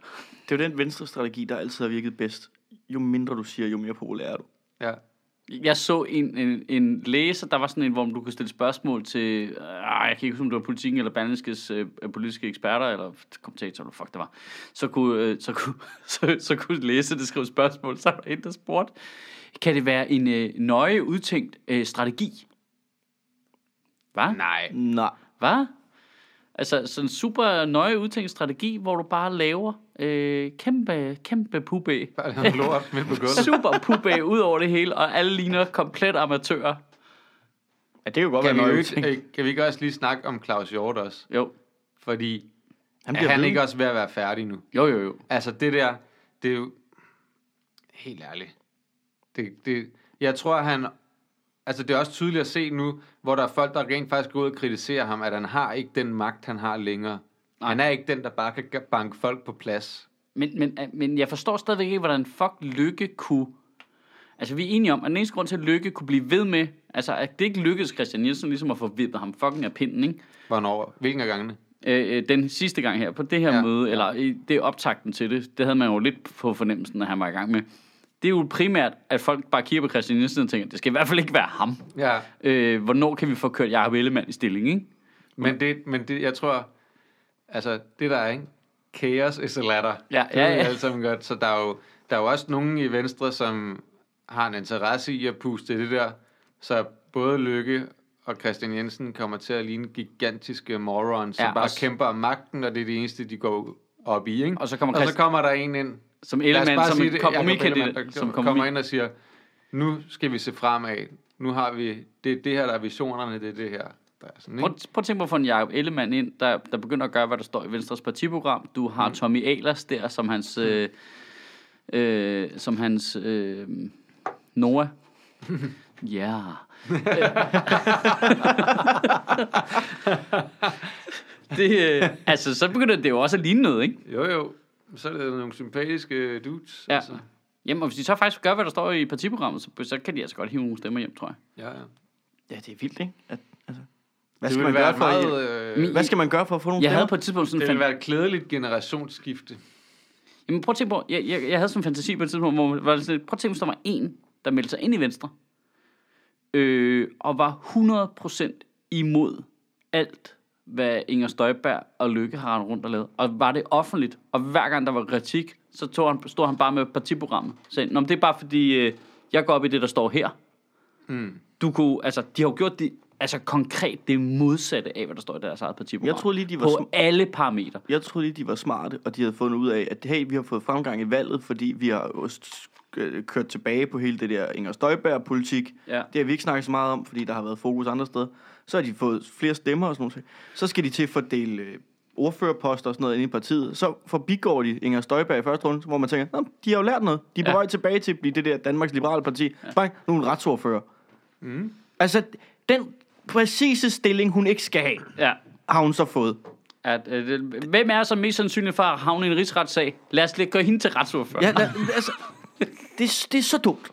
Det er jo den venstre strategi, der altid har virket bedst. Jo mindre du siger, jo mere populær er du.
Ja.
Jeg så en, en, en læser, der var sådan en, hvor du kunne stille spørgsmål til, øh, jeg kan ikke huske, om det var politikken eller Berlingskes øh, politiske eksperter, eller kommentatorer, eller fuck det var, så kunne, øh, så kunne, så, så kunne læse det skrive spørgsmål, så var der en, der spurgte, kan det være en øh, nøje udtænkt øh, strategi? Hvad?
Nej.
Nej.
Hvad? Altså sådan en super nøje udtænkt strategi, hvor du bare laver øh, kæmpe, kæmpe pubæ.
Bare lave noget lort midt på gulvet.
Super pubæ ud over det hele, og alle ligner komplet amatører.
Ja, det kan jo godt
Kan vi,
være
jo
noget.
ikke, øh, kan vi ikke også lige snakke om Claus Hjort også?
Jo,
Fordi
Han
er
bliver
han
ved.
ikke også ved at være færdig nu?
jo, jo. jo.
Altså det der, det er jo... Helt ærligt. Det, det, jeg tror, han... Altså det er også tydeligt at se nu, hvor der er folk, der rent faktisk går ud og kritiserer ham, at han har ikke den magt, han har længere. Nej. Han er ikke den, der bare kan g- banke folk på plads.
Men, men, øh, men jeg forstår stadigvæk ikke, hvordan fuck Lykke kunne... Altså, vi er enige om, at den eneste grund til, at Lykke kunne blive ved med... Altså, at det ikke lykkedes Christian Nielsen ligesom at få vippet ham fucking af pinden, ikke?
Hvornår? Hvilken af gangene?
Øh, øh, den sidste gang her, på det her ja.
Ja.
møde, eller i, det er optakten til det, det havde man jo lidt på fornemmelsen, at han var i gang med. Det er jo primært, at folk bare kigger på Christian Nielsen og tænker, det skal i hvert fald ikke være ham.
Ja,
Øh, hvornår kan vi få kørt Jacob Ellemann i stilling, ikke? Mm.
men, det, men det, jeg tror... Altså, det der er, ikke? Chaos is a ladder.
Ja,
det
ja,
ved vi
ja.
alle sammen godt. Så der er, jo, der er jo også nogen i Venstre, som har en interesse i at puste det der. Så både Lykke og Christian Jensen kommer til at ligne gigantiske morons, ja,
Ja,
som bare
også-
kæmper om magten, og det er det eneste, de går op i, ikke?
Og så kommer
og så
Christian-
kommer der en ind,
Som
Lad os
Ellemann,
bare
som
sige
en
det, Jacob Ellemann,
kompromiskandidat.
der
Som
kommer
kompromis.
ind og siger, nu skal vi se fremad. Nu har vi, det er det her, der er visionerne, det er det her. Der er sådan,
Prøv,
ikke?
prøv at tænke på at få en Jacob Ellemann ind, der, der begynder at gøre, hvad der står i Venstres partiprogram. Du har mm. Tommy Ahlers der, som hans... Øh, øh, som hans... Øh, Noah. ja. Øh. det, øh, altså, så begynder det jo også at ligne noget, ikke?
Jo, jo. Så er det nogle sympatiske dudes.
Ja.
Altså.
Jamen, og hvis de så faktisk gør, hvad der står i partiprogrammet, så, så kan de altså godt hive nogle stemmer hjem, tror jeg.
Ja, ja.
Ja, det er vildt, ikke? At, altså, hvad,
Det ville
skal man
være
gøre
et
for,
meget...
at-
Øh,
hvad skal man gøre for at få nogle
Jeg havde
stemmer?
på et tidspunkt sådan
det
en
ville være et klædeligt generationsskifte.
Jamen prøv at tænke på, jeg, jeg, jeg havde sådan en fantasi på et tidspunkt, hvor man var sådan, lidt, prøv at tænke, hvis der var en, der meldte sig ind i Venstre, øh, og var 100% imod alt, hvad Inger Støjberg og Løkke har rendt rundt og lavet. Og var det offentligt, og hver gang der var kritik, så tog han, stod han bare med partiprogrammet. Så Nå, men det er bare fordi, øh, jeg går op i det, der står her.
Hmm.
Mm.
Du kunne, altså, de har jo gjort det, altså konkret det modsatte af, hvad der står i deres eget partiprogram.
Jeg troede lige, de var
På
sm-
alle parametre.
Jeg troede lige, de var smarte, og de havde fundet ud af, at hey, vi har fået fremgang i valget, fordi vi har jo s- øh, kørt tilbage på hele det der Inger Støjberg-politik.
Ja.
Det har vi ikke snakket så meget om, fordi der har været fokus andre steder. Så har de fået flere stemmer og sådan noget. Så skal de til at fordele øh, ordførerposter og sådan noget inde i partiet. Så forbigår de Inger Støjberg i første runde, hvor man tænker, "Nå, de har jo lært noget. De er på
Ja.
vej tilbage til at blive det der Danmarks Liberale Parti. Ja. Bang, nu er hun retsordfører. Mm. Altså, den præcise stilling, hun ikke skal have,
Ja.
har hun så fået.
At, øh, det- hvem er så mest sandsynlig for at havne i en rigsretssag? Lad os lige gøre hende til retsordfører.
Ja, la, altså, det, det er så dumt.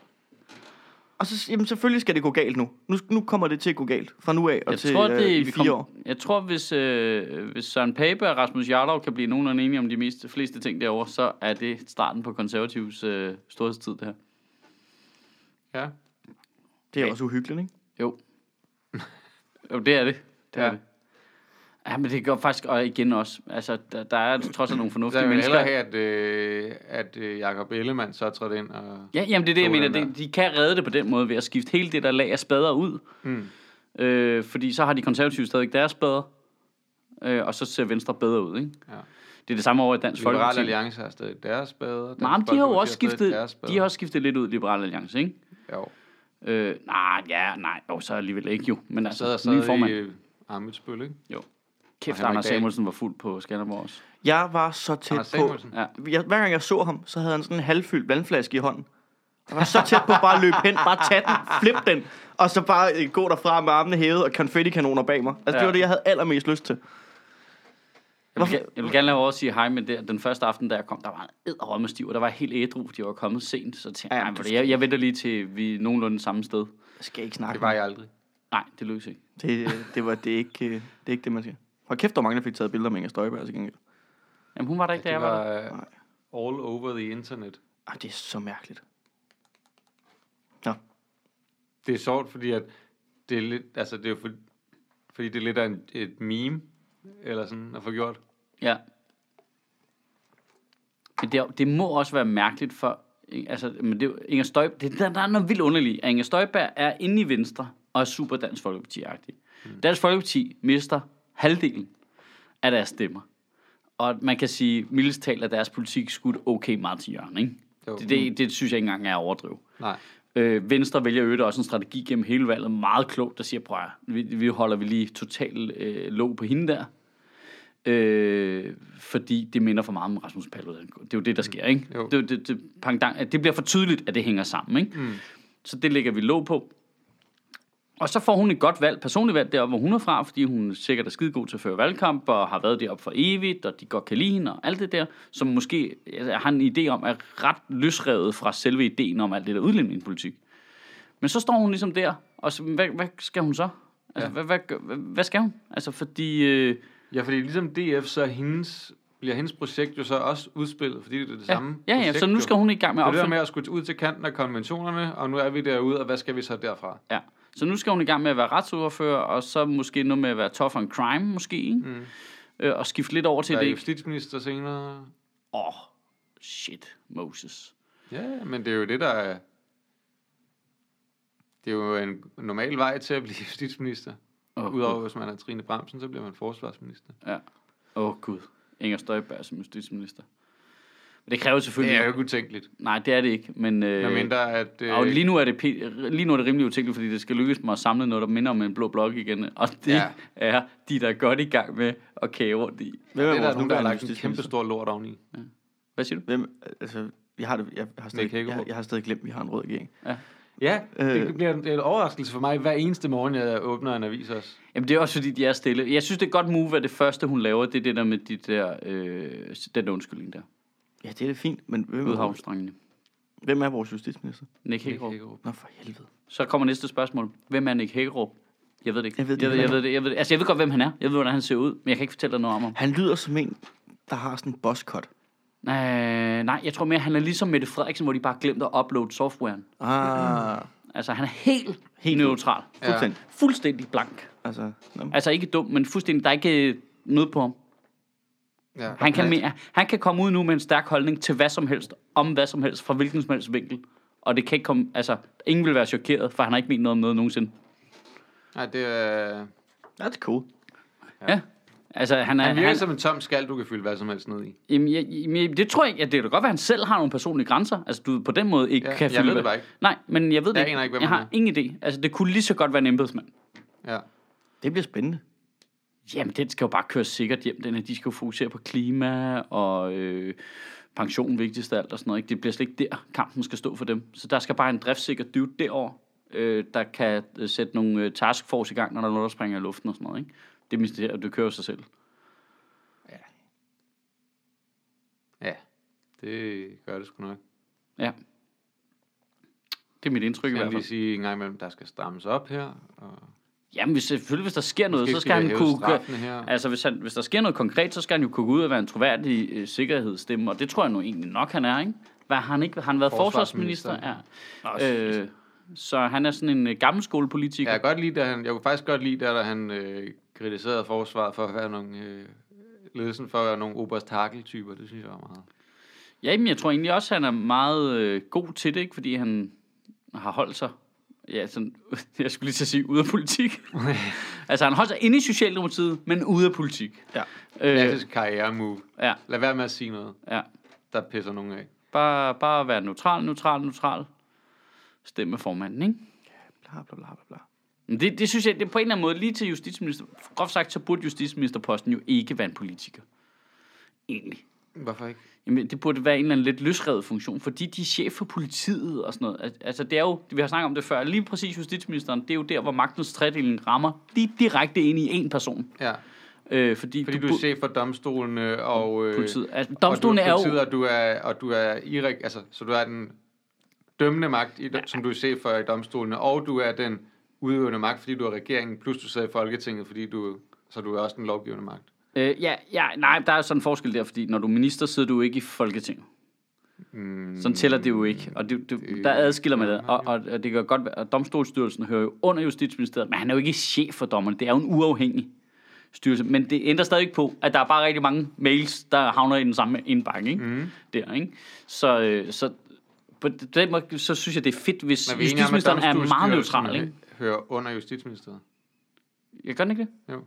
Og så, jamen, selvfølgelig skal det gå galt nu. nu. Nu kommer det til at gå galt fra nu af og
jeg
til
tror,
øh,
det,
i
vi
fire
kom,
år.
Jeg tror, hvis, øh, hvis Søren Pape og Rasmus Jarlov kan blive nogenlunde enige om de mest, fleste ting derovre, så er det starten på konservativs øh, storhedstid, det her.
Ja.
Det er også uhyggeligt, ikke?
Jo. jo, det er det. det, ja. er
Ja.
det. Ja, men det gør faktisk, og igen også, altså, der, der er trods alt nogle
Så
fornuftige
jeg vil
mennesker.
hellere have, at, øh, at øh, Jacob Ellemann så trådte ind og...
Ja, jamen det er det, jeg
tog
mener.
den
Det, de kan redde det på den måde ved at skifte hele det der lag af spader ud.
Mm.
Øh, fordi så har de konservative stadig deres spader, øh, og så ser Venstre bedre ud, ikke?
Ja.
Det er det samme over i Dansk
Liberal
Folkeparti.
Alliance har stadig deres bedre. Dansk
Nej, men de har jo
Folkeparti
også
stadig
skiftet,
deres bedre.
de har også skiftet lidt ud, Liberal Alliance, ikke?
Jo,
Øh, nej, ja, nej, jo, så alligevel ikke jo. Men
så er
altså, ny
stadig
formand.
i øh, Amitsbøl, ikke?
Kæft,
Henrik
Anders
Dahl.
Samuelsen var fuld på Skanderborg også.
Jeg var så tæt
Anders
på.
Samuelsen.
Ja.
Jeg, hver gang jeg så ham, så havde han sådan en halvfyldt vandflaske i hånden. Jeg var så tæt på bare at løbe hen, bare tage den, flip den. og så bare øh, gå derfra med armene hævet og konfettikanoner bag mig. Altså, ja.
Ja.
det var det, jeg havde allermest lyst til.
Jeg vil,
Hvorfor-
ge- jeg vil gerne lave over at sige hej, men der, den første aften, da jeg kom, der var en edderrømme stiv, og der var jeg helt ædru, fordi jeg var kommet sent. Så tænkte
Ja,
jeg, "Ej,
du
hvor er det- jeg, jeg venter lige til vi er nogenlunde samme sted.
Jeg skal ikke snakke.
Det var jeg aldrig.
Nej, det lykkes ikke.
Det, øh, det, var, det, er ikke, øh, det er ikke det, man siger. Hold kæft, hvor mange, der fik taget billeder med Inger Støjberg til gengæld.
Jamen, hun var der ikke, da
Det
jeg var der.
var øh, all over the internet.
Ej, det er så mærkeligt.
Det er sjovt, fordi at det er lidt, altså det er jo for, fordi det er lidt af en, et meme, eller sådan, at få gjort.
Ja. Men det, er- det må også være mærkeligt for... ikke? Altså, men det, er jo- Inger Støjberg, det, der, der er noget vildt underligt. At Inger Støjberg er inde i Venstre og er super Dansk Folkeparti-agtig. Mm. Dansk Folkeparti mister halvdelen af deres stemmer. Og man kan sige, mildest talt, at deres politik skudt okay meget til hjørne, ikke?
Jo.
Det, det, det synes jeg ikke engang er at overdrive.
Nej.
Øh, Venstre vælger i øvrigt også en strategi gennem hele valget, meget klogt, der siger, prøv at høre, vi, vi holder vi lige total øh, låg på hende der, øh, fordi det minder for meget om Rasmus Paludan. Det er jo det, der sker, ikke?
Jo.
Det, er jo det, det, pangdang, at det bliver for tydeligt, at det hænger sammen, ikke? Mm. Så det lægger vi låg på. Og så får hun et godt valg, personligt valg deroppe, hvor hun er fra, fordi hun sikkert er skidegod til at føre valgkamp, og har været deroppe for evigt, og de godt kan lide hende, og alt det der, som måske altså, har en idé om, er ret løsrevet fra selve ideen om alt det der udlændingepolitik. Men så står hun ligesom der, og så, hvad, hvad skal hun så? Altså, ja. hvad, hvad, gør- hvad, hvad skal hun? Altså, fordi... Øh,
Ja, fordi ligesom DF, så er hendes, bliver hendes projekt jo så også udspillet, fordi det er det
ja,
samme
ja, ja,
projekt
så nu
jo.
skal hun i gang med at
Det er det der
opfylde...
med at skulle ud til kanten af konventionerne, og nu er vi derude, og hvad skal vi så derfra?
Ja. Så nu skal hun i gang med at være retsordfører, og så måske noget med at være tough on crime, måske, ikke? Mm. Øh, og skifte lidt over til
Der er
det. Åh,
justitsminister senere.
oh, shit, Moses.
Ja, men det er jo det, der er... Det er jo en normal vej til at blive justitsminister.
Åh,
Udover hvis man er Trine Bremsen, så bliver man forsvarsminister.
Ja. Åh, oh, Gud. Inger Støjberg som justitsminister. Men det kræver
Det
selvfølgelig...
er jo ikke utænkeligt.
Nej, det er det ikke, men... Øh...
Jeg mindre, at... Øh,
Og lige nu er det, p- lige nu er det rimelig utænkeligt, fordi det skal lykkes mig at samle noget, der minder om en blå blok igen. Og det ja.
Ja.
er de, der er godt i gang med at kage rundt i.
Hvem
det er der
vores
nogen, der har
nuværende
lagt en kæmpe
justitsminister?
stor lort oveni.
Hvad siger du?
Hvem, altså, jeg har, det, jeg, har stadig,
Nick Hækkerup.
jeg, jeg har stadig glemt, at vi har en rød regering.
Ja,
Øh.
det bliver en, en overraskelse for mig hver eneste morgen, jeg åbner en avis også.
Jamen, det er også fordi, de er stille. Jeg synes, det er et godt move, at det første, hun laver, det er det der med de der, øh, den der undskyldning der.
Ja, det er det fint, men hvem er, vores,
Udhavnsdrengene.
hvem er vores justitsminister?
Nick Hækkerup.
Nå, for helvede.
Så kommer næste spørgsmål. Hvem er Nick Hækkerup? Jeg ved det ikke.
Jeg ved det
jeg, ved, jeg,
heller
ved det, jeg ved det. Altså, jeg ved godt, hvem han er. Jeg ved, hvordan han ser ud, men jeg kan ikke fortælle dig noget om ham.
Han lyder som en, der har sådan en bosscut.
Øh, nej, jeg tror mere, han er ligesom Mette Frederiksen, hvor de bare glemte at uploade softwaren.
Ah,
Altså, han er helt, helt neutral.
fuldstændig. Ja.
Fuldstændig blank.
Altså, nå, men-
Altså, ikke dum, men fuldstændig, der er ikke øh, noget på ham.
Ja.
Han kan, mere, han kan komme ud nu med en stærk holdning til hvad som helst, om hvad som helst, fra hvilken som helst vinkel. Og det kan ikke komme, altså, ingen vil være chokeret, for han har ikke ment noget om noget nogensinde.
Nej, det er...
that's cool.
Ja. ja. Altså, han er...
Han virker
Han,
som en tom skal, du kan fylde hvad som helst ned i.
jamen, jeg, jamen, det tror jeg ikke. at Det kan da godt være, at han selv har nogle personlige grænser. Altså, du på den måde ikke
Ja,
kan
jeg
fylde...
ved det
hvad-
bare ikke.
Nej, men jeg ved det
Jeg aner ikke, hvem
jeg
han
har
er.
ingen idé. Altså, det kunne lige så godt være en embedsmand.
Ja.
Det bliver spændende.
Jamen, den skal jo bare køre sikkert hjem. Den her, de skal jo fokusere på klima og øh, pension vigtigst af alt og sådan noget. Ikke? Det bliver slet ikke der, kampen skal stå for dem. Så der skal bare en driftsikker dude derover, øh, der kan øh, sætte nogle øh, taskforce i gang, når der er noget, der springer i luften og sådan noget. Ikke? Det er ministeriet, og det kører jo sig selv.
Ja, det gør det sgu nok.
Ja. Det er mit indtryk i
Skal
hvert
jeg
fald.
lige sige en gang imellem, der skal strammes op her. Og
Jamen, hvis, selvfølgelig, hvis der sker noget,
Måske
så
skal
skal
vi
han
hæve
kunne...
straffene her.
Altså, hvis, han, hvis der sker noget konkret, så skal han jo kunne gå ud og være en troværdig øh, sikkerhedsstemme, og det tror jeg nu egentlig nok, han er, ikke? Hvad, har han ikke, har han været
Forsvarsminister.
forsvarsminister? Ja. Øh, så han er sådan en øh, gammel skolepolitiker.
jeg, kan godt lide, da han, jeg kunne faktisk godt lide, da da han øh, kritiserede forsvaret for at være nogle... Øh, ledelsen for at være nogle oberst typer det synes jeg var meget.
Ja, jamen, jeg tror egentlig også, han er meget øh, god til det, ikke? fordi han har holdt sig, ja, sådan, jeg skulle lige til at sige, ude af politik. altså, han holdt sig inde i Socialdemokratiet, men ude af politik.
Ja.
Øh,
Klassisk karrieremove.
ja,
Lad være med at sige noget,
ja.
der pisser nogen af.
Bare, bare være neutral, neutral, neutral. Stemme formanden, ikke?
Bla, bla, bla, bla, bla.
Men Det, det synes jeg, det er på en eller anden måde, lige til justitsminister, groft sagt, så burde justitsministerposten jo ikke være en politiker. Egentlig.
Hvorfor ikke?
Jamen, det burde være en eller anden lidt løsredet funktion, fordi de er chef for politiet og sådan noget. Al- Altså, det er jo, vi har snakket om det før, lige præcis justitsministeren, det er jo der, hvor magtens tredeling rammer lige direkte ind i en person.
Ja.
Øh, fordi,
Fordi du er
bu-
chef for domstolen og... Øh,
politiet. Altså,
domstolen
domstolen er jo...
Og du er, og du er irreg, altså, så du er den dømmende magt, i, som du er chef for i domstolene, og du er den udøvende magt, fordi du er regeringen, plus du sidder i Folketinget, fordi du, så du er også den lovgivende magt.
Øh, ja, ja, nej, der er sådan en forskel der, fordi når du er minister, sidder du jo ikke i Folketinget.
Mm, Øh,
Sådan tæller det jo ikke, og det, det, der adskiller man det, og, og, og det kan godt være, og domstolsstyrelsen hører jo under Justitsministeriet, men han er jo ikke chef for dommerne, det er jo en uafhængig styrelse, men det ændrer stadig ikke på, at der er bare rigtig mange mails, der havner i den samme indbakke, ikke? Mm. der, ikke? Så, øh, så på den måde, så synes jeg, det er fedt, hvis
Men vi er enige om, at
Justitsministeren er meget
Domstolsstyrelsen
neutral, ikke?
hører under Justitsministeriet.
Jeg gør den ikke det?
Jo.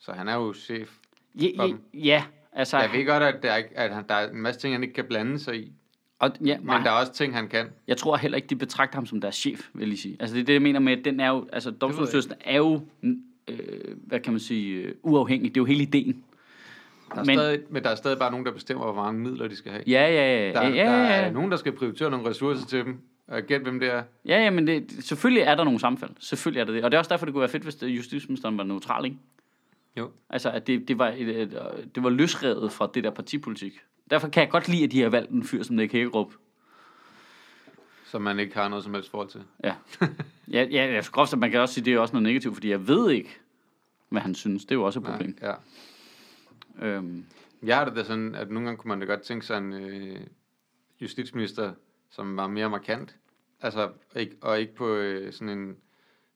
Så han er jo chef.
Ja, ja,
Bom.
ja altså,
Jeg ved godt, at der, er, ikke- at han, der er en masse ting, han ikke kan blande sig i,
og, ja,
men
nej.
der er også ting, han kan.
Jeg tror heller ikke, de betragter ham som deres chef, vil jeg sige. Altså det er det, jeg mener med, at den er jo, altså domstolsstyrelsen er jo, øh, hvad kan man sige, øh, uafhængig. Det er jo hele ideen.
Der er men,
Men-
stadig, men der er stadig bare nogen, der bestemmer, hvor mange midler de skal have.
Ja, ja, ja.
Der,
ja,
der
ja,
er
ja.
nogen, der skal prioritere nogle ressourcer til dem. Og gæt, hvem det er.
ja, ja men det, selvfølgelig er der nogle sammenfald. Selvfølgelig er der det. Og det er også derfor, det kunne være fedt, hvis øh, justitsministeren var neutral, ikke?
Jo.
Altså, at det, det, var, et, et, øh, det var løsrevet fra det der partipolitik. Derfor kan jeg godt lide, at de har valgt en fyr som Nick Hækkerup.
Som man ikke har noget som helst forhold til.
Ja. ja, ja, jeg groft, at man kan også sige, at det er også noget negativt, fordi jeg ved ikke, hvad han synes. Det er jo også et problem.
Ja.
Øhm,
Jeg har det da sådan, at nogle gange kunne man da godt tænke sig en øh, justitsminister, som var mere markant. Altså, ikke, og ikke på øh, sådan en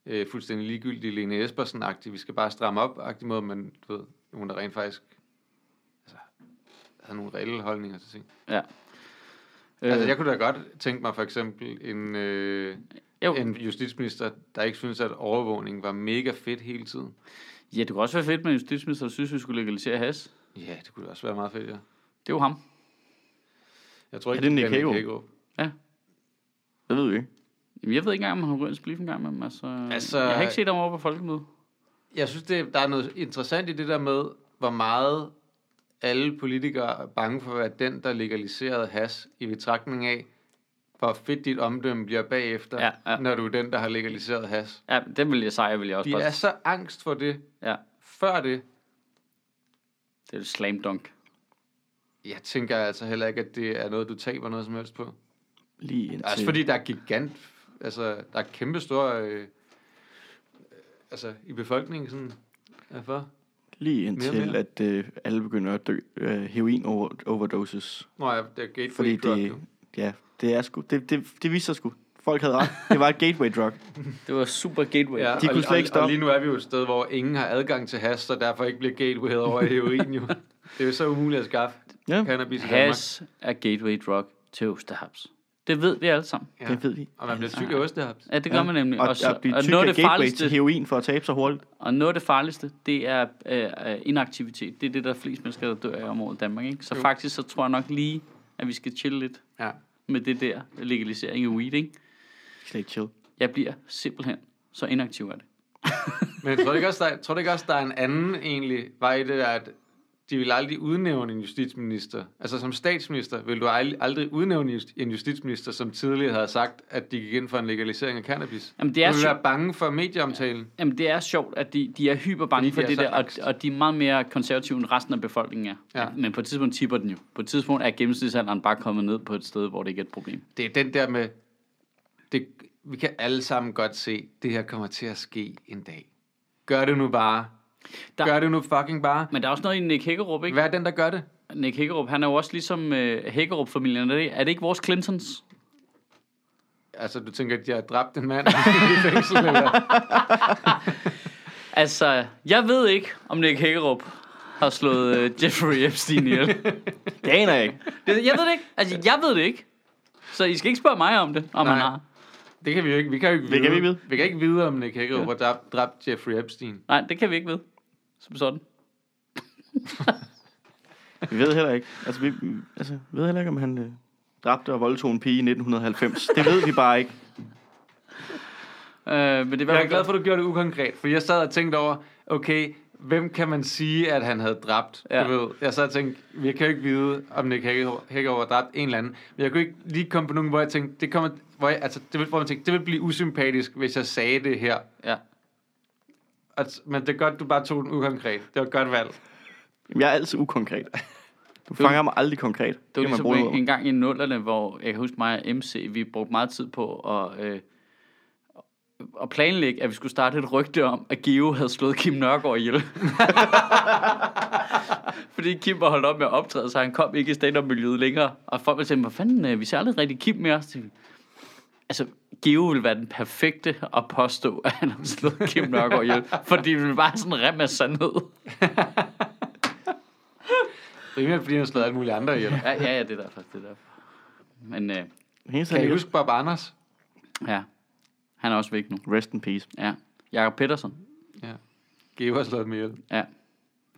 øh, fuldstændig ligegyldig Lene Espersen-agtig, vi skal bare stramme op-agtig måde, men du ved, nogen der rent faktisk altså, havde nogle reelle holdninger til ting.
ja. Øh.
Altså, jeg kunne da godt tænke mig for eksempel en, øh,
Jo.
en justitsminister, der ikke synes at overvågning var mega fedt hele tiden.
Ja, det kunne også være fedt med en justitsminister, der synes, vi skulle legalisere has.
Ja, det kunne da også være meget fedt, ja.
Det er jo ham.
Jeg tror
Er
ikke,
det Nick
er Nick
Hagerup?
Hagerup.
Det ved vi ikke.
Jamen, jeg ved ikke engang, om han ryger en spliff en gang med altså,
Altså-
altså, Jeg har ikke set ham over på folkemødet.
Jeg synes, det, der er noget interessant i det der med, hvor meget alle politikere er bange for at være den, der legaliserede has i betragtning af, hvor fedt dit omdømme bliver bagefter,
Ja, ja.
når du er den, der har legaliseret has.
Ja, den vil jeg sejre, vil jeg også
De
bare...
er så angst for det
Ja,
før det.
det er et slam dunk.
Jeg tænker altså heller ikke, at det er noget, du taber noget som helst på.
Lige indtil...
Også fordi der er gigant, altså der er kæmpe store, øh, altså i befolkningen sådan, derfor.
Lige indtil,
Mere og mere.
at øh, alle begynder at dø øh, heroin over, overdoses.
Nå ja, det er gateway
Fordi
drug,
det,
jo.
ja, det er sgu, det, det, det viste sig sgu. Folk havde ret. Det var et gateway drug.
Det var super gateway.
Ja,
Ja.
De
og-
kunne slet
og,
ikke
og
stoppe.
lige nu er vi jo et sted, hvor ingen har adgang til has, så derfor ikke bliver gatewayet over i heroin jo. Det er jo så umuligt at skaffe
Ja,
cannabis i Danmark.
Has er gateway drug til Osterhaps. Det ved vi alle sammen.
Ja.
det ved vi.
Og man bliver syg af ostehaps.
Ja, det gør ja. man nemlig.
Og,
Og, så,
at blive
og,
tyk
noget
af
af det
gateway til
farligste,
heroin for at tabe så hurtigt.
og noget af det farligste, det er øh, øh, inaktivitet. Det er det, der er flest mennesker, der dør af om året i Danmark. Ikke? Så
Jo.
faktisk, så tror jeg nok lige, at vi skal chille lidt
Ja.
med det der legalisering af weed, ikke?
Slet ikke chill.
Jeg bliver simpelthen så inaktiv af det.
Men tror du ikke også, der, tror du ikke også, der er en anden egentlig vej i det der, at de vil aldrig udnævne en justitsminister. Altså som statsminister vil du ald- aldrig udnævne just- en justitsminister, som tidligere havde sagt, at de gik ind for en legalisering af cannabis.
Jamen, det er
du vil
så-
være bange for medieomtalen.
Jamen, det er sjovt, at de, de er hyperbange for
Fordi de
det
er så
der, og,
angst.
og de er meget mere konservative end resten af befolkningen er.
Ja.
Men på et tidspunkt tipper den jo. På et tidspunkt er gennemsnitsalderen bare kommet ned på et sted, hvor det ikke er et problem.
Det er den der med, det, vi kan alle sammen godt se, det her kommer til at ske en dag. Gør det nu bare. Der...
Der-
Gør det nu fucking bare.
Men der er også noget i Nick Hækkerup, ikke?
Hvad er den, der gør det?
Nick Hækkerup, han er jo også ligesom øh, Hækkerup-familien. Er det, er det ikke vores Clintons?
Altså, du tænker, at jeg har dræbt en mand i fængsel, eller?
Altså, jeg ved ikke, om Nick Hækkerup har slået øh, Jeffrey Epstein ihjel. Det-
Det aner jeg ikke.
jeg ved det ikke. Altså, jeg ved det ikke. Så I skal ikke spørge mig om det, om
Nej.
han har.
Det kan vi jo ikke. Vi kan jo ikke
Det kan vi ikke vide.
Vi kan ikke vide, om Nick Hagerup har dræbt, dræbt Jeffrey Epstein.
Nej, det kan vi ikke vide. Som sådan.
Vi ved heller ikke. Altså, vi altså, vi ved heller ikke, om han øh, dræbte og voldtog en pige i 1990. Det ved vi bare ikke.
Øh, men det er i hvert
Jeg
fald Øh,
er glad for, at du gjorde det ukonkret, for jeg sad og tænkte over, okay, hvem kan man sige, at han havde dræbt? Ja.
Ja.
Du ved, jeg sad og tænkte, vi kan jo ikke vide, om Nick Hagerup Hagerup har dræbt en eller anden. Men jeg kunne ikke lige komme på nogen, hvor jeg tænkte, det, kommer, hvor jeg, altså, det, vil, hvor jeg tænkte, det ville blive usympatisk, hvis jeg sagde det her.
Ja.
Altså, men det er godt, du bare tog den ukonkret. Det var et godt valg.
Jamen, jeg er altid ukonkret. Du fanger mig aldrig konkret. Det,
Det var
kan man
ligesom
bruge
en, en
noget.
gang i nullerne, hvor jeg kan huske mig og MC, vi brugte meget tid på at, øh, at planlægge, at vi skulle starte et rygte om, at Geo havde slået Kim Nørgaard ihjel. Fordi Kim var holdt op med at optræde, så han kom ikke i stand-up-miljøet længere. Og folk ville sige, hvad fanden, øh, vi ser aldrig rigtig Kim mere. Så tænkte vi, Altså, Geo ville være den perfekte at påstå, at han havde slået Kim Nørgaard ihjel. Fordi det ville bare sådan en rem af sandhed.
Primært fordi han slog alle mulige andre ihjel.
Ja, ja, ja det er derfor, det er derfor. Men øh,
En eneste,
Kan I
jeg
huske Bob Anders?
ja, han er også væk nu.
Rest in peace.
Ja. Jakob Petersen.
Geo har slået dem ihjel.
Ja.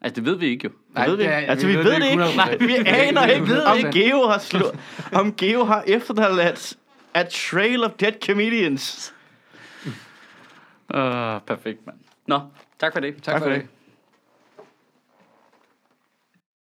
Altså, det ved vi ikke jo.
Nej, ved vi
det er-
ikke. Altså, vi, ved det ikke.
100%.
Nej, vi
Det er
aner ikke,
ved
om
det ikke.
Geo har slået... Om Geo har efterladt A trail of dead comedians.
Uh, perfekt, mand. Nå, tak for det.
Tak for det.